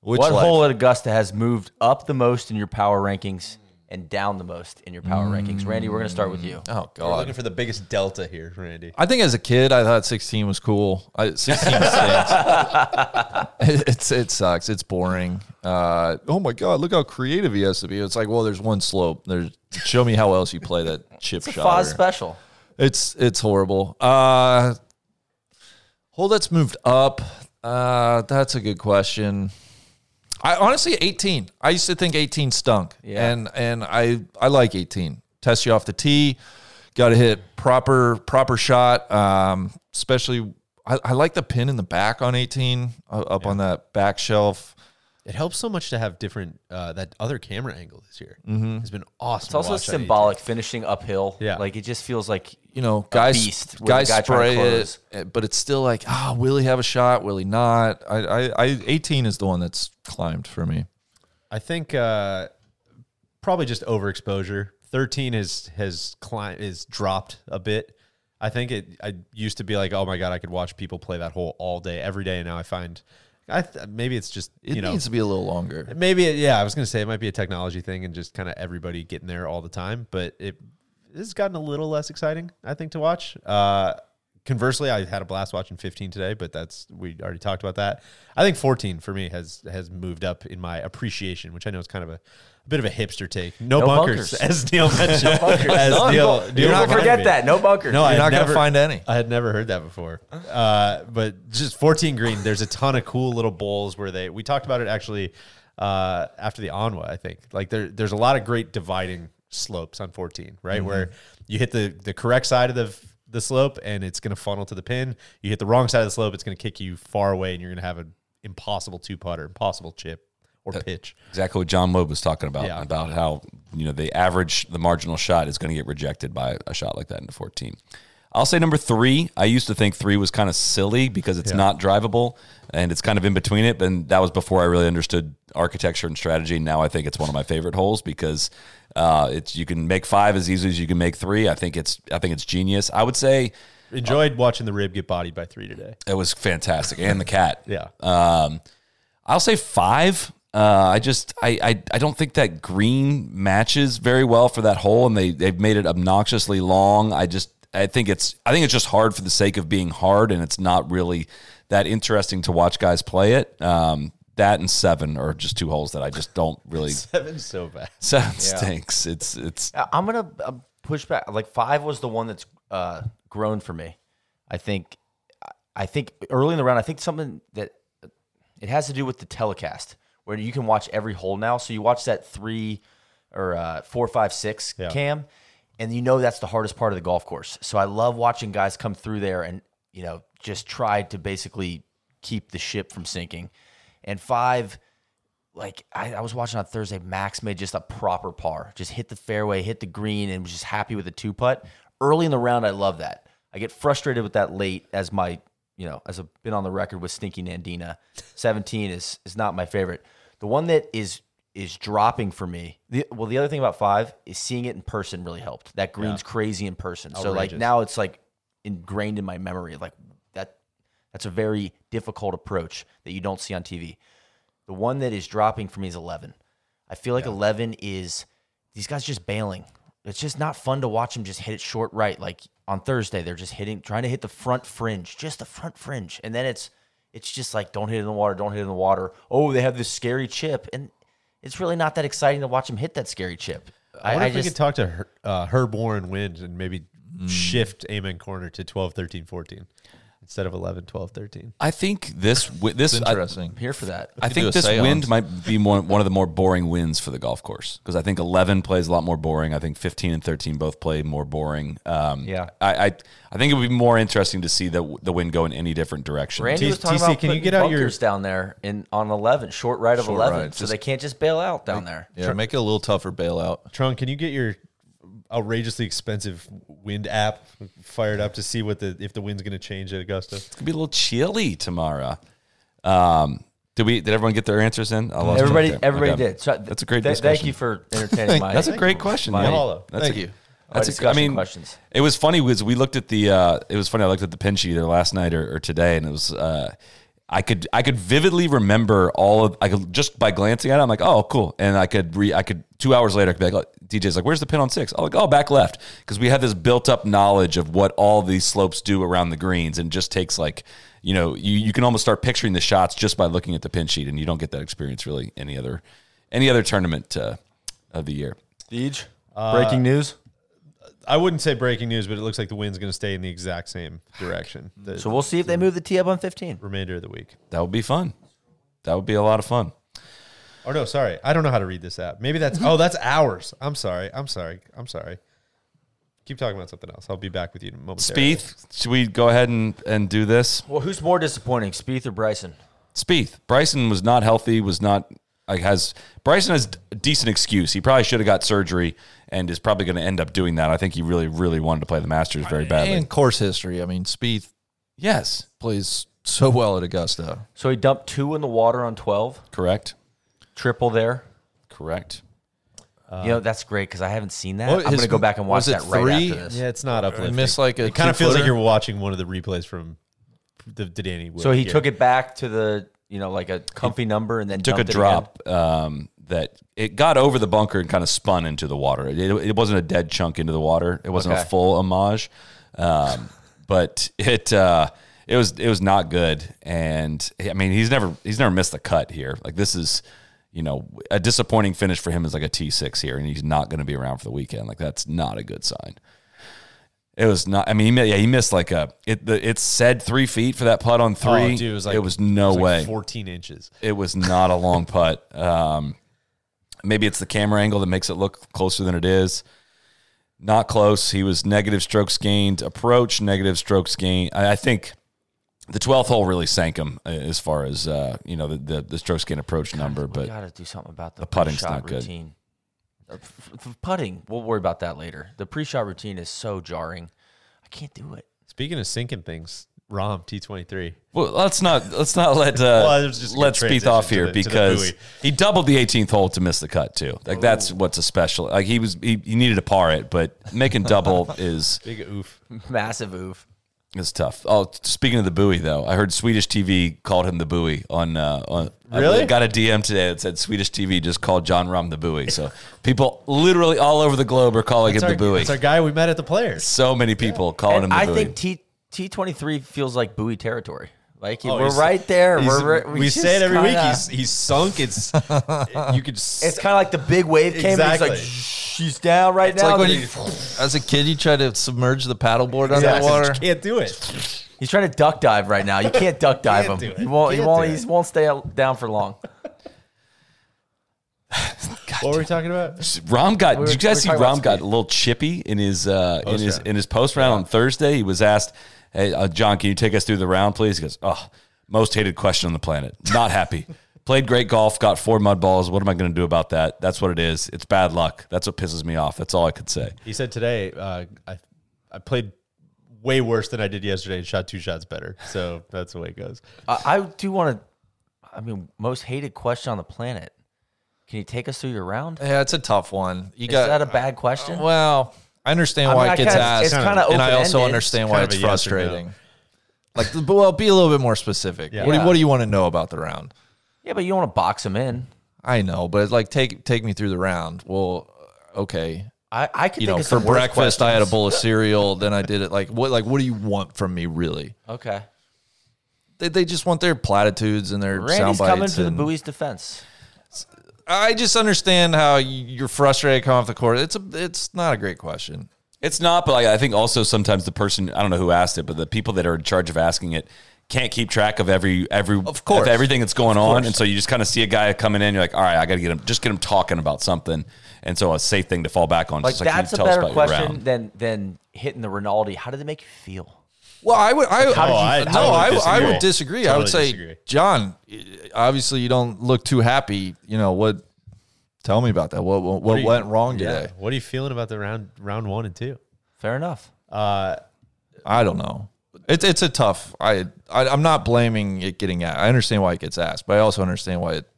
G: Which
E: what
G: life?
E: hole at Augusta has moved up the most in your power rankings and down the most in your power
F: Mm.
E: rankings? Randy, we're going to start with you.
G: Oh
F: We're
G: God.
F: looking for the biggest delta here, Randy.
G: I think as a kid, I thought 16 was cool. I, 16 stinks. It- it's it sucks. It's boring. Uh, oh my god, look how creative he has to be. It's like, well, there's one slope. There's show me how else you play that chip
E: It's a
G: shot.
E: Foz
G: or-
E: special.
G: It's it's horrible. Uh, Holdett's moved up. Uh, that's a good question. I honestly 18. I used to think 18 stunk.
E: Yeah.
G: And and I I like 18. Test you off the tee. Got to hit proper proper shot. Um, especially I, I like the pin in the back on 18 uh, up on that back shelf.
F: It helps so much to have different uh, that other camera angle this year. Mm-hmm. It's been awesome.
E: It's also symbolic finishing uphill.
F: Yeah.
E: Like it just feels like
G: you know, guys,
E: beast with
G: guys
E: a guy trying
G: spray
E: to
G: it, eh, but it's still like, ah, will he have a shot? Will he not? I, I, I, eighteen is the one that's climbed for me.
F: I think uh, probably just overexposure. Thirteen is has climb is dropped a bit. I think it. I used to be like, oh my god, I could watch people play that hole all day, every day, and now I find, I th- maybe it's just
G: It
F: you know,
G: needs to be a little longer.
F: maybe it, yeah. I was gonna say it might be a technology thing and just kind of everybody getting there all the time, but it it's gotten a little less exciting, I think, to watch. Uh, conversely, I had a blast watching 15 today, but that's we already talked about that. I think 14 for me has has moved up in my appreciation, which I know is kind of a, a bit of a hipster take. No,
E: No
F: bunkers,
E: bunkers.
F: as Neil mentioned. as
E: No,
F: Neil,
E: no,
F: Neil
E: you're not
F: reminded
E: forget
F: me.
E: that. No bunker.
F: No,
G: You're
F: I
G: not
F: never,
G: gonna find any.
F: I had never heard that before. Uh, but just 14 green, there's a ton of cool little bowls where they, we talked about it actually uh, after the Anwa, I think. Like there, there's a lot of great dividing slopes on 14, right? Where
G: Mm-hmm.
F: you hit the, the correct side of the, the slope and it's going to funnel to the pin. You hit the wrong side of the slope, it's going to kick you far away and you're going to have an impossible two putter, impossible chip or
G: Uh,
F: pitch.
D: Exactly what John Loeb was talking about
F: Yeah.
D: about how you know the average, the marginal shot is going to get rejected by a shot like that into 14. I'll say number three. I used to think three was kind of silly because it's not drivable and it's kind of in between it. And that was before I really understood architecture and strategy. Now I think it's one of my favorite holes because uh, it's you can make five as easily as you can make three. I think it's I think it's genius. I would say
G: uh,
F: Enjoyed watching the rib get bodied by three today.
D: it was fantastic and the cat.
F: Yeah.
D: Um, I'll say five. Uh, I just I, I I don't think that green matches very well for that hole, and they they've made it obnoxiously long. I just I think it's I think it's just hard for the sake of being hard, and it's not really that interesting to watch guys play it. Um, that and seven are just two holes that I just don't really.
F: Seven's so bad.
D: Seven stinks. It's it's
E: I- I'm gonna uh, push back. Like five was the one that's uh, grown for me. I think, I- I think early in the round, I think something that it has to do with the telecast where you can watch every hole now. So you watch that three or uh, four, five, six cam, and you know that's the hardest part of the golf course. So I love watching guys come through there and you know just try to basically keep the ship from sinking. And five like I, I was watching on Thursday, Max made just a proper par, just hit the fairway, hit the green, and was just happy with a two putt. Early in the round, I love that. I get frustrated with that late as my, you know, as I've been on the record with Stinky Nandina. 17 is is not my favorite. The one that is is dropping for me. The, well, the other thing about five is seeing it in person really helped. That green's crazy in person. So like
F: Outrageous.
E: now it's like ingrained in my memory. Like that that's a very difficult approach that you don't see on TV. The one that is dropping for me is 11. I feel like 11 is these guys just bailing. It's just not fun to watch them just hit it short right. Like on Thursday, they're just hitting, trying to hit the front fringe, just the front fringe. And then it's, it's just like, don't hit it in the water, don't hit it in the water. Oh, they have this scary chip. And it's really not that exciting to watch them hit that scary chip.
F: I,
E: I,
F: wonder
E: I
F: if we could
E: just, Mm.
F: talk to Her, uh, Herb Warren Wind and maybe shift Amen Corner to 12, 13, 14 instead of 11, 12, 13.
D: I think this wi- this
G: It's
D: I-
G: interesting.
E: I'm here for that.
D: I
G: could do
D: think
G: a
D: this
G: seance.
D: wind might be one, one of the more boring wins for the golf course because I think 11 plays a lot more boring. I think 15 and 13 both play more boring. Um,
E: Yeah.
D: I, I I think it would be more interesting to see the the wind go in any different direction.
E: Randy
F: T-
E: was talking
F: TC,
E: about
F: can you
E: putting
F: get out your-
E: bunkers down there in on 11, short right of
G: Short
E: 11.
G: right,
E: So
G: just-
E: they can't just bail out down there.
G: Yeah, make it a little tougher bailout.
F: Tron, can you get your outrageously expensive wind app fired up to see what the if the wind's going to change at Augusta?
D: It's gonna be a little chilly tomorrow. Um, did we? Did everyone get their answers in? I lost track
E: Everybody,
D: there.
E: everybody
D: Okay.
E: did. So th-
D: that's a great.
E: th-
D: discussion.
E: Thank you for entertaining my.
D: That's a great question.
E: My-
D: yeah.
F: Mahalo.
D: That's
G: Thank
D: a-
G: you.
D: That's a,
E: My
D: I
E: discussion
D: mean,
E: questions.
D: it was funny because we looked at the. Uh, it was funny. I looked at the pin sheet either last night or, or today, and it was. Uh, I could I could vividly remember all of I could just by glancing at it I'm like oh cool and I could re I could two hours later I could be like oh, DJ's like where's the pin on six I'm like oh back left because we had this built up knowledge of what all these slopes do around the greens and just takes like you know you, you can almost start picturing the shots just by looking at the pin sheet and you don't get that experience really any other any other tournament uh, of the year
E: Deej,
I: Uh,
E: breaking news.
F: I wouldn't say breaking news, but it looks like the wind's going to stay in the exact same direction the
E: So we'll see if they move the tee up on 15.
F: remainder of the week.
D: that would be fun that would be a lot of fun
F: Or no, sorry, I don't know how to read this app. Maybe
E: Mm-hmm.
F: that's oh, that's ours. I'm sorry. I'm sorry. I'm sorry. Keep talking about something else. I'll be back with you momentarily.
D: Spieth should we go ahead and and do this
E: Well, who's more disappointing, Spieth or Bryson?
D: Spieth. Bryson was not healthy. Was not like has Bryson has a decent excuse. He probably should have got surgery and is probably going to end up doing that. I think he really, really wanted to play the Masters very badly.
G: And course history. I mean, Spieth
D: yes,
G: plays so well at Augusta.
E: So he dumped two in the water on 12,
D: correct,
E: triple there.
D: correct.
E: you know that's great because I haven't seen that.
G: what-
E: I'm
G: his-
E: gonna go back and watch
G: was it
E: that right
G: three?
E: after this.
F: Yeah, it's not up.
G: He missed like a
F: It kind of feels like
G: two-footer.
F: you're watching one of the replays from the, the Danny. Wood
E: So he
F: game.
E: took it back to the you know like a comfy number and then
D: Took a
E: dumped it
D: drop um, that it got over the bunker and kind of spun into the water. It, it wasn't a dead chunk into the water. It wasn't a
E: Okay.
D: full homage, um, but it. Uh, it was it was not good, and I mean he's never he's never missed a cut here. Like this is you know, a disappointing finish for him is like a T6 here, and he's not going to be around for the weekend. Like that's not a good sign. It was not. I mean, he, mi- yeah, he missed like a. It the, it said three feet for that putt on three.
F: Oh, dude, it was like
D: no
F: it was like
D: way.
F: 14 inches.
D: It was not a long putt. Um, maybe it's the camera angle that makes it look closer than it is. Not close. He was negative strokes gained approach, negative strokes gained. I, I think the twelfth hole really sank him uh, as far as uh, you know the, the the strokes gained approach
F: oh
D: number.
E: again.
D: But
E: we gotta do something about the,
D: putting's
E: pre-shot
D: not good.
E: routine. Uh, f- f- putting, we'll worry about that later. The pre-shot routine is so jarring. I can't do it.
F: Speaking of sinking things, Rom T23.
D: well, let's not let's not let uh,
F: Well, it was just a good
D: let Spieth off
F: transition
D: here
F: to the- to the
D: because
F: buoy.
D: he doubled the eighteenth hole to miss the cut too. Like
F: Oh.
D: that's what's a special. Like he was he, he needed to par it, but making double is
F: Big oof.
E: Massive oof.
D: It's tough. Oh, t- speaking of the buoy, though, I heard Swedish TV called him the buoy on. Uh, on I
F: Really?
D: got a DM today that said Swedish TV just called John Rom the buoy. So people literally all over the globe are calling
F: It's
D: him
F: our,
D: the buoy.
F: it's our guy we met at the players.
D: so many people calling him
E: And
D: the
E: I
D: buoy.
E: think T T twenty three feels like buoy territory. Like
F: Oh,
E: we're
F: he's-
E: right there.
F: He's-
E: We're,
F: we say it
E: just
F: every week.
E: kinda-
F: He's he's sunk. It's you could. s-
E: It's kind of like the big wave came.
F: Exactly.
E: And he's like, she's down right
G: It's
E: now.
G: like when
E: Then
G: you,
E: he-
G: as a kid, you try to submerge the paddleboard under
F: Exactly.
G: the water.
F: You can't do it.
E: he's trying to duck dive right now. You can't duck dive
F: Can't do
E: him.
F: it.
E: He won't. He
F: Can't
E: won't.
F: do
E: He
F: it.
E: won't stay out- down for long.
F: What were we talking about?
D: Rom got.
E: were-
D: did you guys
E: we
D: see
E: were talking
D: Rom
E: about
D: got
E: Spieth.
D: a little chippy in his uh, in his
F: round.
D: in his post round on Thursday? He was asked, "Hey, uh, John, can you take us through the round, please?" He goes, "Oh, most hated question on the planet. Not happy. Played great golf. Got four mud balls. What am I going to do about that? That's what it is. It's bad luck. That's what pisses me off. That's all I could say."
F: He said today. Uh, I I played way worse than I did yesterday and shot two shots better. So that's the way it goes.
E: I, I do want to. I mean, most hated question on the planet. Can you take us through your round? Is
G: Yeah, it's a tough one. You got Uh,
E: that a bad question?
G: Well, I understand
E: I
G: why
E: mean, I
G: it gets
E: kinda-
G: asked,
E: it's kinda
G: and I also
E: open-ended.
G: understand
F: It's
G: why
F: kind
G: it's
F: of a yes or no.
G: frustrating. Like, but, well, be a little bit more specific. What, do,
E: Yeah.
G: what do you want to know about the round?
E: yeah, but you don't want to box him in.
G: I know, but like, take take me through the round. Well, okay,
E: I, I could
G: you
E: think
G: know,
E: of
G: for
E: some worse
G: breakfast I had a
E: questions.
G: bowl of cereal. then I did it. Like, what? Like, what do you want from me, really?
E: Okay,
G: They, they just want their platitudes and their sound
E: Randy's
G: bites.
E: coming to the
G: and-
E: buoy's defense.
G: I just understand how you're frustrated coming off the court. It's a, it's not a great question.
D: It's not, but like, I think also sometimes the person I don't know who asked it, but the people that are in charge of asking it can't keep track of every every
G: Of course.
D: everything that's going on, and so you just kind of see a guy coming in, you're like, all right, I got to get him, just get him talking about something, and so a safe thing to fall back on.
E: Like
D: just can you
E: that's a
D: tell us
E: better
D: about your
E: question
D: round?
E: than than hitting the Rinaldi. How did it make you feel?
G: Well, I would. I,
E: how did you-
F: Oh,
G: I-
F: I
G: no,
F: totally
G: I, would- I would
F: disagree.
G: disagree. I would
F: Totally
G: say,
F: disagree.
G: John, obviously you don't look too happy. You know what? Tell me about that. What what, what
F: you-
G: went wrong today?
F: What are you feeling about the round round one and two?
E: Fair enough.
F: Uh,
G: I don't know. It's it's a tough. I, I I'm not blaming it getting asked. I understand why it gets asked, but I also understand why it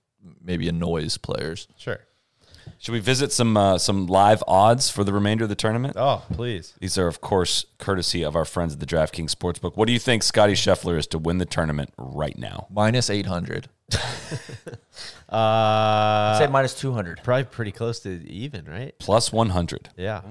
G: maybe annoys players.
F: Sure.
D: Should we visit some uh, some live odds for the remainder of the tournament?
F: Oh, please.
D: These are, of course, courtesy of our friends at the DraftKings Sportsbook. What do you think Scotty Scheffler is to win the tournament right now?
G: Minus 800.
F: Uh,
E: Say minus 200.
F: probably pretty close to even, right?
D: Plus 100.
F: Yeah.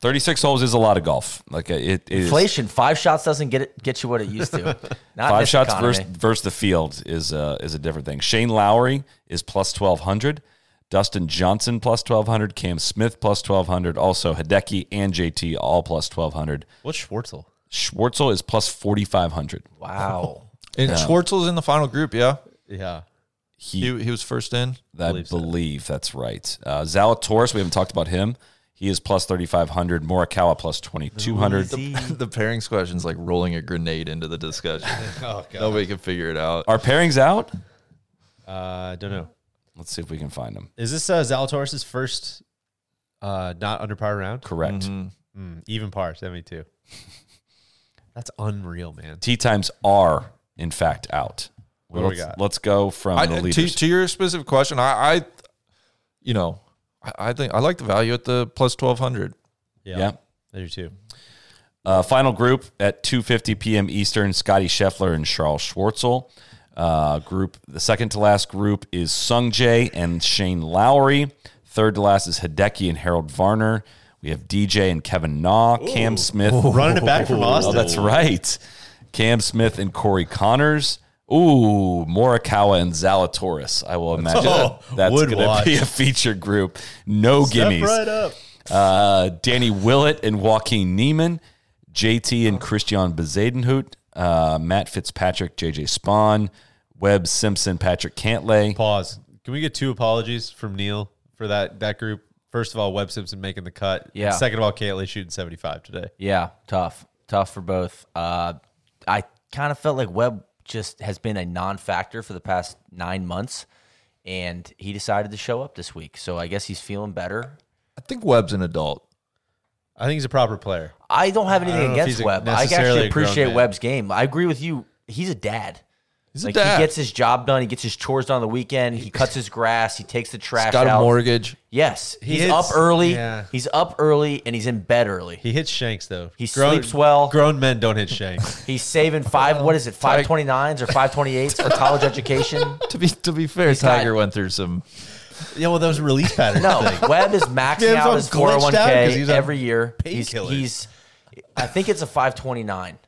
D: 36 holes is a lot of golf. Like uh, it, it is.
E: Inflation. Five shots doesn't get it, get you what it used to. Not in
D: Five
E: this
D: shots
E: economy.
D: versus, versus the field is uh, is a different thing. Shane Lowry is plus twelve hundred. Dustin Johnson plus twelve hundred. Cam Smith plus twelve hundred. Also Hideki and JT all plus twelve hundred.
F: What's Schwartzel?
D: Schwartzel is plus forty five hundred.
E: Wow.
G: And Schwartzel's in the final group, yeah.
F: Yeah.
D: He,
G: He, he was first in.
D: I believe, that's right. Uh, Zalatoris, we haven't talked about him. He is plus thirty five hundred. Morikawa plus twenty two hundred.
G: the pairings question's like rolling a grenade into the discussion.
F: Oh, God.
G: Nobody can figure it out.
D: Are pairings out?
F: Uh, I don't know.
D: Let's see if we can find them.
F: Is this uh, Zalatoris' first uh, not under par round?
D: Correct.
F: Mm, even par, 72. That's unreal, man.
D: Tee times are in fact out.
F: do we
D: let's,
F: got?
D: let's go from
G: I, uh,
D: the
G: to,
D: leaders.
G: to your specific question, I, I you know, I, I think I like the value at the plus 1200.
D: yeah.
F: I do too.
D: Uh, final group at 2:50 p.m. Eastern. Scotty Scheffler and Charles Schwartzel. Uh, group the second to last group is Sung Jae and Shane Lowry. Third to last is Hideki and Harold Varner. We have DJ and Kevin Na, Cam Smith.
F: Running it back from
D: Oh,
F: Austin.
D: that's right. Cam Smith and Corey Connors. Ooh, Morikawa and Zalatoris. I will imagine
F: Oh,
D: that that's
F: would
D: going to
F: watch.
D: be a feature group. No
F: Step
D: gimmies.
F: right up.
D: Uh, Danny Willett and Joaquin Neiman, JT and Christian Bezadenhut, uh, Matt Fitzpatrick, JJ Spawn, Webb Simpson, Patrick Cantlay.
F: Pause. Can we get two apologies from Neil for that that group? First of all, Webb Simpson making the cut.
E: Yeah.
F: Second of all, Cantley shooting 75 today.
E: Yeah, tough, tough for both. Uh, I kind of felt like Webb just has been a non-factor for the past nine months, and he decided to show up this week. So I guess he's feeling better.
G: I think Webb's an adult.
F: I think he's a proper player.
E: I don't have
F: don't
E: anything
F: know if
E: against
F: he's a-
E: Webb. I
F: necessarily
E: actually
F: a grown
E: appreciate
F: man.
E: Webb's game. I agree with you. He's a dad.
G: He's
E: Like
G: a dad.
E: he gets his job done. He gets his chores done on the weekend. He cuts his grass. He takes the trash
G: He's got a
E: out.
G: mortgage.
E: Yes, he's
F: is-
E: up early.
F: yeah.
E: He's up early and he's in bed early.
F: He hits shanks, though.
E: He sleeps well.
F: Grown men don't hit shanks.
E: He's saving five. What is it? Five twenty nines or five twenty eights for college education?
G: To be to be fair,
E: got-
G: Tiger went through some.
F: yeah, well, that was a release pattern.
E: No,
F: thing.
E: Webb is maxing
F: Man's
E: out
F: on
E: his
F: glitched out 'cause
E: 401k
F: he's on
E: every year. He's,
F: painkillers.
E: he's, I think it's a 529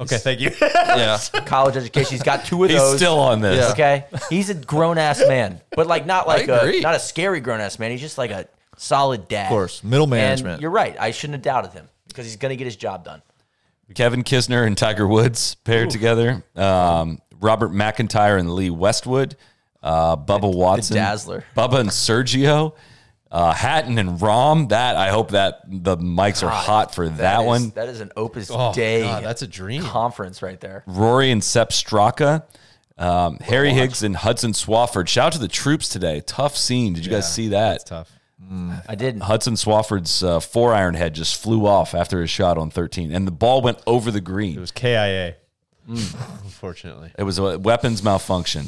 F: Okay, thank you.
G: Yeah,
E: college education. He's got two of
D: He's
E: those.
D: still on this.
G: Yeah.
E: okay. He's a grown ass man, but like not like a
G: agree.
E: not a scary grown ass man. He's just like a solid dad. Of
G: course. Middle management.
E: you're right. I shouldn't have doubted him because he's gonna get his job done.
D: Kevin Kisner and Tiger Woods paired together. Um, Robert McIntyre and Lee Westwood. Uh, Bubba Watson,
E: Dazzler.
D: Bubba and Sergio, uh, Hatton and Rom. That I hope that the mics are hot for that,
E: is-
D: one.
E: That is an opus
F: Oh,
E: day.
F: God, that's a dream.
E: conference right there.
D: Rory and Sep Straka, um, Harry Higgs and Hudson Swafford. Shout out to the troops today. Tough scene. Did you guys see that?
F: That's tough.
E: I didn't.
D: Hudson Swafford's uh, four iron head just flew off after his shot on 13, and the ball went over the green.
F: It was KIA,
E: Mm.
F: unfortunately.
D: It was a weapons malfunction.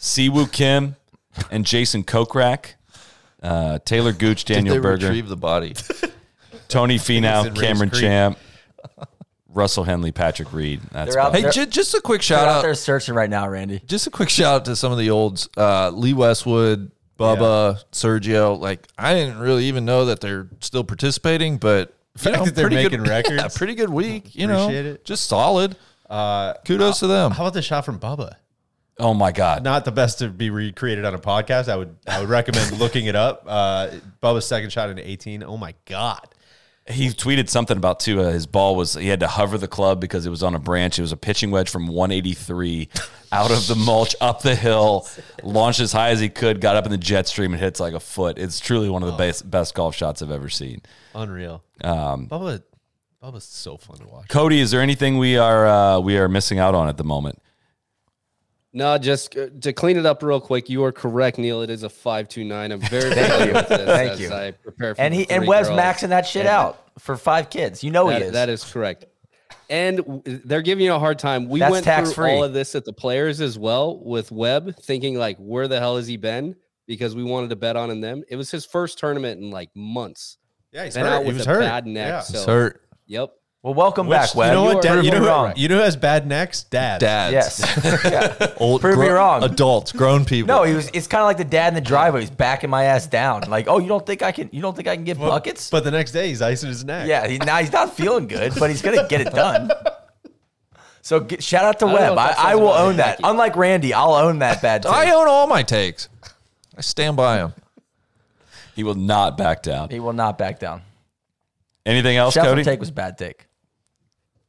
D: Siwoo Kim and Jason Kokrak, uh, Taylor Gooch,
G: Did
D: Daniel
G: they
D: Berger,
G: retrieve the body?
D: Tony
F: in
D: Finau,
F: Ray's
D: Cameron
F: Creek.
D: Champ, Russell Henley, Patrick Reed. That's
E: They're out
D: about
G: hey,
D: it.
E: there-
G: j- just a quick
E: They're
G: shout
E: out
G: out.
E: there searching right now, Randy.
G: Just a quick shout out to some of the olds: uh, Lee Westwood, Bubba, Sergio. Like I didn't really even know that they're still participating, but you
F: fact
G: know,
F: that they're
G: pretty
F: making
G: good,
F: records.
G: Yeah, pretty good week. You know,
F: Appreciate it.
G: just solid. Kudos to them.
F: How about the shot from Bubba?
D: oh my God.
F: Not the best to be recreated on a podcast. I would I would recommend looking it up. Uh, Bubba's second shot in 18. Oh my god.
D: He tweeted something about too. Uh, his ball was he had to hover the club because it was on a branch. It was a pitching wedge from 183 out of the mulch up the hill, launched as high as he could, got up in the jet stream and hits like a foot. It's truly one of
E: Oh.
D: the best best golf shots I've ever seen.
F: Unreal. Um, Bubba Bubba's so fun to watch.
D: Cody, is there anything we are uh, we are missing out on at the moment?
I: No, just uh, to clean it up real quick. You are correct, Neil. It is a five two nine. I'm very thank you. With this
E: Thank
I: as
E: you.
I: I prepare for
E: And
I: the
E: he and
I: three
E: Web's
I: girls.
E: maxing that shit out for five kids. You know
I: That-
E: Oh, he is.
I: that is correct. And w- they're giving you a hard time. We
E: That's
I: went through
E: tax-free.
I: all of this at the players as well with Webb, thinking like, where the hell has he been? because we wanted to bet on in them. It was his first tournament in like months.
F: Yeah, he's
I: Been
F: hurt.
I: out
F: He
I: with
F: was
I: a
F: hurt.
I: bad neck.
F: Yeah.
I: So,
G: It's hurt.
I: yep.
E: Well, welcome back, Wes.
F: you know
I: You
F: what,
I: are
F: Dad? You know,
I: proven
F: who,
I: wrong.
F: you know who has bad necks? Dad.
G: Dads.
E: Yes. Yeah.
G: Old,
E: Prove me
G: grown-
E: wrong.
G: Adults, grown people.
E: No, he was. It's kind of like the dad in the driveway. He's backing my ass down. Like, oh, you don't think I can? You don't think I can get
F: But-
E: buckets?
F: But the next day, he's icing his neck.
E: yeah, he, now he's not feeling good, but he's gonna get it done. So get, shout out to
I: don't know
E: Webb.
I: what
E: I,
I: that
E: I
I: says
E: will
I: about
E: own
I: him,
E: that.
I: Mikey.
E: Unlike Randy, I'll own that bad. Take.
G: I own all my takes. I stand by them.
D: He will not back down.
E: he will not back down.
D: Anything else,
E: Shout
D: Cody?
E: take was bad take.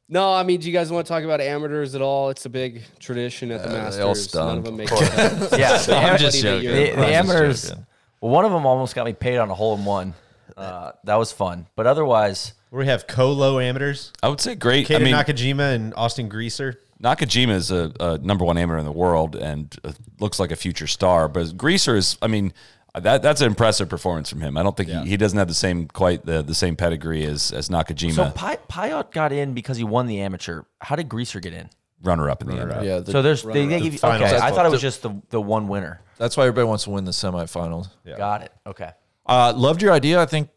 I: No, I mean, do you guys want to talk about amateurs at all? It's a big tradition at the Masters.
G: they all
I: None
G: stunk,
I: of them
G: of
I: make it.
E: Yeah, the,
G: I'm
E: am-
G: just
I: Buddy that
G: joking.
I: you-
E: the, the
G: I'm just
E: Amherst.
G: joking.
E: Well, one of them almost got me paid on a hole in one. Uh, that was fun, but otherwise,
F: Where we have Colo amateurs,
D: I would say great.
F: Kaden
D: I mean,
F: Nakajima and Austin Greaser.
D: Nakajima is a, a number one amateur in the world and uh, looks like a future star. But Greaser is, I mean, that that's an impressive performance from him. I don't think he, he doesn't have the same quite the, the same pedigree as as Nakajima,
E: so Pi- Piot got in because he won the amateur. How did Greaser get in?
D: runner up in the end.
G: Yeah, the-
E: So there's they, they give you
F: finals.
E: okay. I thought it was
G: The-
E: just the, the one winner.
G: that's why everybody wants to win the semifinals.
E: Got it. Okay.
G: Uh, loved your idea. I think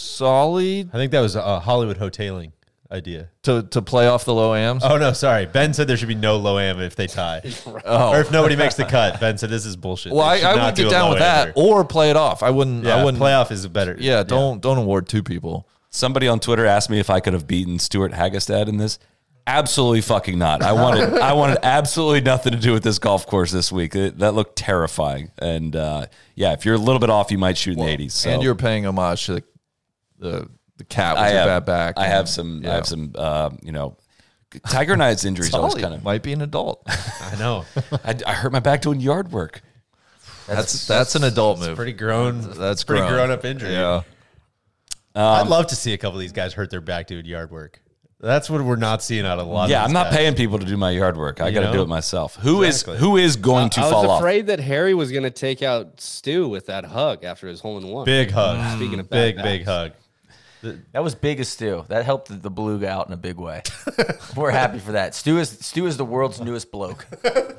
G: solid
F: I think that was a Hollywood hoteling idea.
G: to, to play off the low AMs.
F: Oh no, sorry. Ben said there should be no low am if they tie, or if nobody makes the cut. Ben said this is bullshit.
G: Oh, well,
F: They
G: I,
F: should
G: I
F: not
G: would
F: do
G: get
F: a
G: down
F: low
G: with that
F: amateur.
G: or play it off. I wouldn't.
F: Yeah,
G: I wouldn't.
F: playoff is better.
G: Yeah, don't don't award two people.
D: Somebody on Twitter asked me if I could have beaten Stuart Hagestad in this. Absolutely fucking not. I wanted I wanted absolutely nothing to do with this golf course this week. It- that looked terrifying. And uh, yeah, if you're a little bit off, you might shoot in the 80s. So
G: And you're paying homage to the the, the cat with
D: I
G: your
D: have
G: bad back.
D: I have some. I have some. Uh, you know, Tiger Knight's injuries always
G: Solly
D: kind of.
G: might be an adult.
F: I know.
D: I, I hurt my back doing yard work.
G: That's that's an adult move.
F: Pretty grown.
G: that's
F: pretty
G: grown.
F: grown up injury.
G: yeah. Um,
F: I'd love to see a couple of these guys hurt their back doing yard work. That's what we're not seeing out of a lot.
D: Yeah,
F: of
D: I'm
F: these
D: not
F: guys.
D: paying people to do my yard work. I got to
F: know?
D: do it myself. Who is
F: Exactly.
D: who is going to
I: I
D: fall
I: was
D: off?
I: afraid that Harry was going to take out Stu with that hug after his hole in one.
F: Big
G: Mm.
F: hug.
I: Speaking of
F: big,
I: bad
F: big
I: backs.
F: hug.
E: That was big as Stu. That helped the Blue guy out in a big way. We're happy for that. Stu is Stu is the world's newest bloke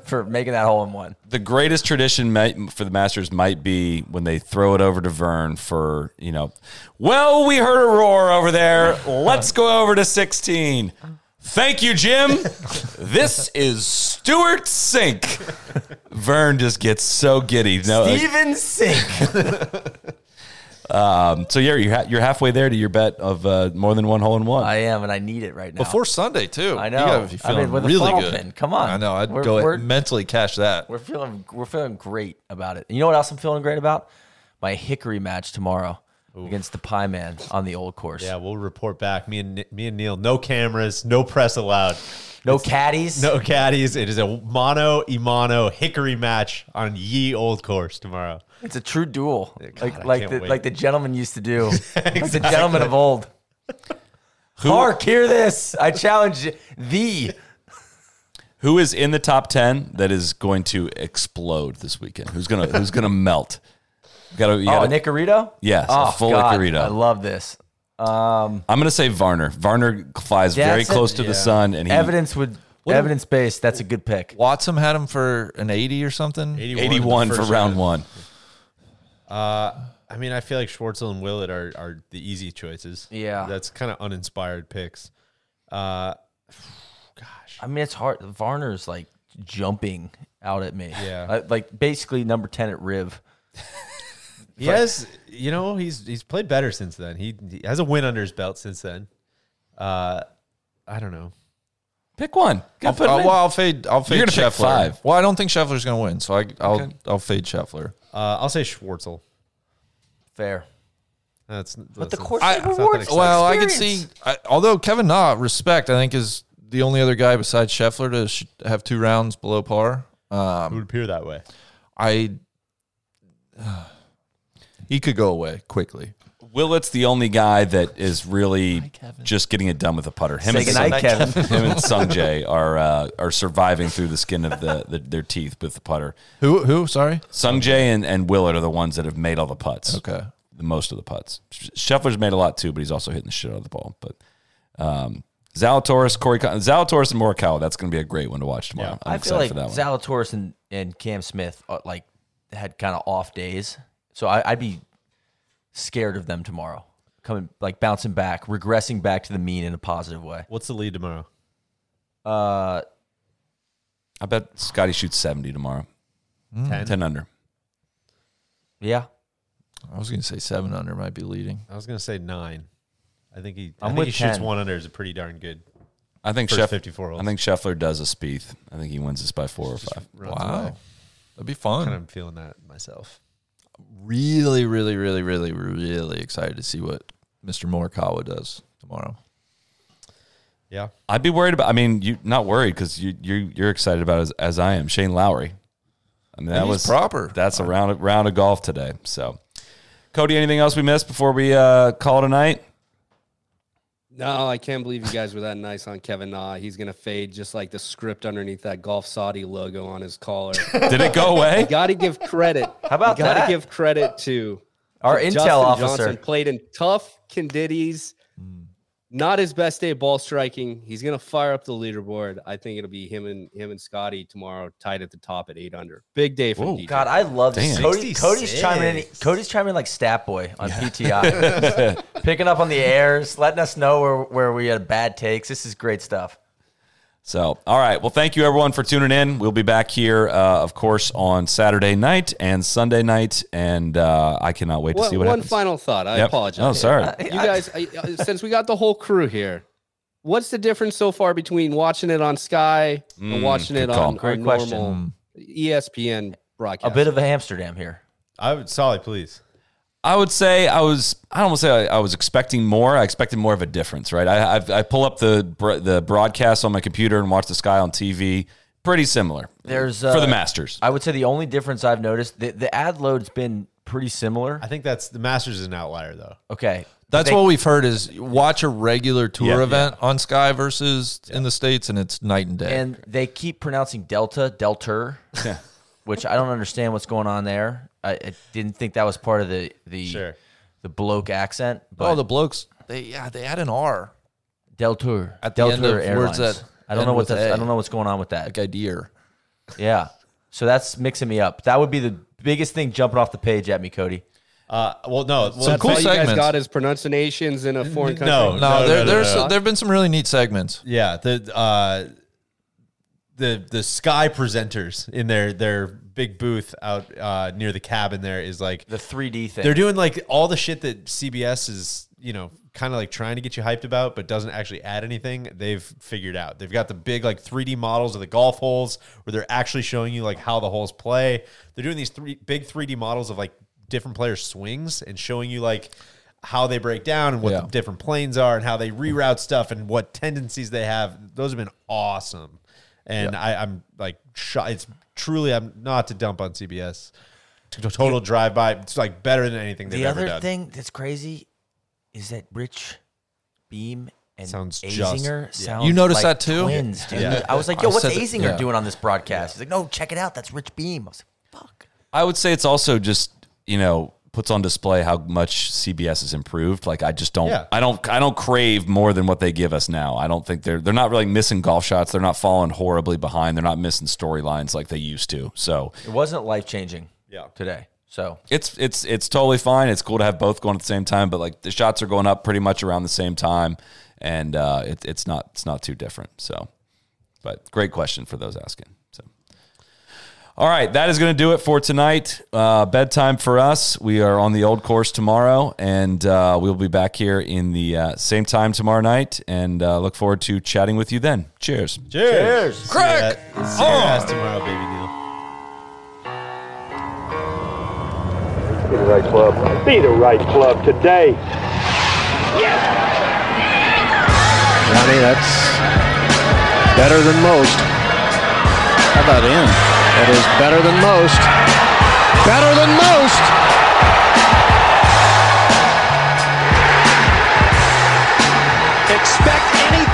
E: for making that hole in one.
D: The greatest tradition might, for the Masters might be when they throw it over to Vern for you know. Well, we heard a roar over there. Let's go over to 16. Thank you, Jim. This is Stuart Sink. Vern just gets so giddy. No, uh,
G: Uh,
D: like-
E: Even Sink.
D: So yeah, you're ha- you're halfway there to your bet of uh, more than one hole in one.
E: I am, and I need it right now.
G: Before Sunday too.
E: I
G: You
E: know.
G: gotta
E: I
G: be
E: mean,
G: feeling
E: with a
G: really
E: funnel
G: good.
E: pin, come on.
G: I know. I'd
E: We're-
G: go ahead-
E: we're-
G: mentally cash that.
E: we're feeling we're feeling great about it. You know what else I'm feeling great about? My Hickory match tomorrow against the Pie Man on the old course.
F: Yeah, we'll report back. Me and me and Neil. No cameras. No press allowed.
E: No caddies.
F: No caddies. It is a mono imano hickory match on ye old course tomorrow.
E: It's a true duel, like
F: I
E: like
F: can't
E: the,
F: wait.
E: like the gentleman used to do, like the gentleman of old. Hark, hear this! I challenge you. thee.
D: Who is in the top ten that is going to explode this weekend? Who's gonna Who's gonna melt? You gotta, you
E: Oh,
D: gotta,
E: a Nicorito?
D: Yes, a
E: oh,
D: full
E: God,
D: Nicorito.
E: I love this. Um,
D: I'm gonna say Varner. Varner flies very
E: That's it.
D: close to the sun, and he
E: evidence would evidence based. That's a good pick.
G: Watson had him for an eighty or something.
F: 81, in the
D: 81 for
F: first
D: round one.
F: I mean, I feel like Schwartzel and Willett are, are the easy choices.
E: Yeah.
F: That's kind of uninspired picks. Uh,
E: I mean, it's hard. Varner's like jumping out at me.
F: Yeah.
E: Uh, like basically number ten at Riv.
F: he has, you know, he's he's played better since then. He, he has a win under his belt since then. Uh, I don't know.
D: Pick one. Gotta put it
G: Uh,
D: in.
G: well, I'll fade. I'll fade
D: You're gonna
G: Scheffler.
D: pick five.
G: Well, I don't think Scheffler's going to win, so I, I'll I'll fade Scheffler.
F: Uh, I'll say Schwartzel.
E: Fair.
F: That's, but
E: the course
G: I-
E: rewards.
F: rewards-
G: Well, I could see. I, although Kevin Na, respect, I think is the only other guy besides Scheffler to sh- have two rounds below par. Um,
F: it would appear that way.
G: I he could go away quickly.
D: Willett's the only guy that is really just getting it done with a putter. Him
E: Say
D: and Sung,
E: goodnight, Kevin.
D: him and Sungjae are uh, are surviving through the skin of the, the their teeth with the putter.
G: Who? Who? Sorry.
D: Sungjae and, and Willett are the ones that have made all the putts.
G: Okay.
D: the most of the putts. Sh- Scheffler's made a lot too, but he's also hitting the shit out of the ball. But um, Zalatoris, Corey, Con- Zalatoris and Morikawa. That's going to be a great one to watch tomorrow. I'm
E: I feel
D: excited
E: like
D: for that one.
E: Zalatoris and, and Cam Smith are like had kind of off days, so I, I'd be scared of them tomorrow. Coming like bouncing back, regressing back to the mean in a positive way.
F: What's the lead tomorrow?
E: Uh,
D: I bet Scotty shoots 70 tomorrow.
F: Mm.
D: 10, under.
E: yeah,
G: I was going to say seven under might be leading.
F: I was gonna say nine. I think he. i
E: I'm
F: think
E: with
F: he shoots
E: 10.
F: one under is a pretty darn good.
D: I think
F: First
D: Scheffler,
F: 54 holes.
D: I think Scheffler does a Spieth. I think he wins this by four or five.
F: Runs
G: Wow.
F: away.
G: That'd be fun.
F: Kind of feeling that myself.
G: Really, really, really, really, really excited to see what Mr. Morikawa does tomorrow.
F: Yeah.
D: I'd be worried about. I mean, you not worried because you you you're excited about it as, as I am. Shane Lowry. I mean, that
G: he's
D: was
G: proper.
D: That's a round of- round of golf today. So, Cody, anything else we missed before we uh, call tonight?
I: No, I can't believe you guys were that nice on Kevin Na. He's gonna fade just like the script underneath that Golf Saudi logo on his collar.
D: Did it go away?
I: gotta give credit. How
E: about
I: gotta
E: that?
I: give credit to
E: our
I: Justin
E: intel officer.
I: Johnson played in tough condities. Not his best day ball striking. He's gonna fire up the leaderboard. I think it'll be him and him and Scotty tomorrow, tied at the top at eight under. Big day for DJ.
E: God, I love this.
D: Damn.
E: Cody, Cody's chiming in.
F: 66.
E: Cody's chiming in like Stat Boy on PTI, picking up on the airs, letting us know where, where we had bad takes. This is great stuff.
D: So, all right. Well, thank you everyone for tuning in. We'll be back here, uh, of course, on Saturday night and Sunday night, and uh, I cannot wait to
I: One-
D: see what
I: one
D: happens.
I: final thought. I
D: Yep.
I: apologize.
D: Oh, sorry.
I: You guys, I, I- since we got the whole crew here, what's the difference so far between watching it on Sky and watching
D: good
I: it
D: call.
I: on our
E: Great
I: normal E
E: question.
I: ESPN broadcast?
E: A bit of a Amsterdam here.
F: I would solid, please.
D: I would say I was. I don't want to say I, I was expecting more. I expected more of a difference, right? I I've, I pull up the br- the broadcast on my computer and watch the sky on TV. Pretty similar.
E: There's,
D: for
E: uh,
D: the Masters.
E: I would say the only difference I've noticed the, the ad load's been pretty similar.
F: I think that's the Masters is an outlier though.
E: Okay,
G: That's
E: They-
G: what we've heard is watch a regular tour
D: Yeah.
G: event on Sky versus in the States, and it's night and day.
E: and they keep pronouncing Delta Delter, which I don't understand what's going on there. I, I didn't think that was part of the the
F: Sure.
E: the bloke accent. But
G: oh, the blokes, they yeah, they had an R
E: Deltour
G: At the
E: Deltour
G: end of
E: Airlines.
G: words that
E: I don't
G: end
E: know what
G: with
E: that's,
G: A.
E: I don't know what's going on with that.
G: like idea.
E: Yeah. So that's mixing me up. That would be the biggest thing jumping off the page at me, Cody.
F: Uh, well, no. Well,
G: Some
F: that's
G: cool
I: All
F: not-
I: you guys
G: segments.
I: got is pronunciations in a foreign country.
F: No, no,
G: No,
F: no,
G: Uh, there,
F: no,
G: there's
F: no.
G: there've been some really neat segments.
F: Yeah, the uh, the the Sky presenters in their their big booth out uh, near the cabin there is like
E: The 3D thing.
F: they're doing like all the shit that CBS is you know kind of like trying to get you hyped about, but doesn't actually add anything. They've figured out. They've got the big like 3D models of the golf holes where they're actually showing you like how the holes play. They're doing these three big 3D models of like different players' swings and showing you like. How they break down and what
G: Yeah.
F: the different planes are and how they reroute stuff and what tendencies they have. Those have been awesome, and I, I'm like, sho- it's truly I'm not to dump on CBS, T- t- total drive by. It's like better than anything they've
E: the
F: ever
E: other
F: done.
E: thing that's crazy is that Rich Beam and
F: Sounds just-
E: Azinger
F: yeah.
E: sounds
G: You noticed
E: like
G: that too?
E: Twins, dude.
F: Yeah.
E: I was like, yo,
G: I
E: what's
G: said that-
E: Azinger
G: yeah.
E: doing on this broadcast? He's like, no, check it out. That's Rich Beam. I was like, fuck.
D: I would say it's also just you know puts on display how much CBS has improved. Like I just don't,
F: Yeah.
D: I don't, I don't crave more than what they give us now. I don't think they're they're not really missing golf shots. They're not falling horribly behind. They're not missing storylines like they used to. So
E: It wasn't life changing
F: Yeah.
E: today. So
D: it's it's it's totally fine. It's cool to have both going at the same time, but like the shots are going up pretty much around the same time, and uh, it, it's not it's not too different. So, but great question for those asking. So, all right, that is going to do it for tonight. Uh, bedtime for us. We are on the old course tomorrow, and uh, we'll be back here in the uh, same time tomorrow night, and uh, look forward to chatting with you then. Cheers.
F: Cheers! Crack! See your ass tomorrow, baby Neil.
A: Be the right club. Be the right club today.
B: Johnny, that's better than most. How about him? That is better than most. Better than most.
C: Expect anything.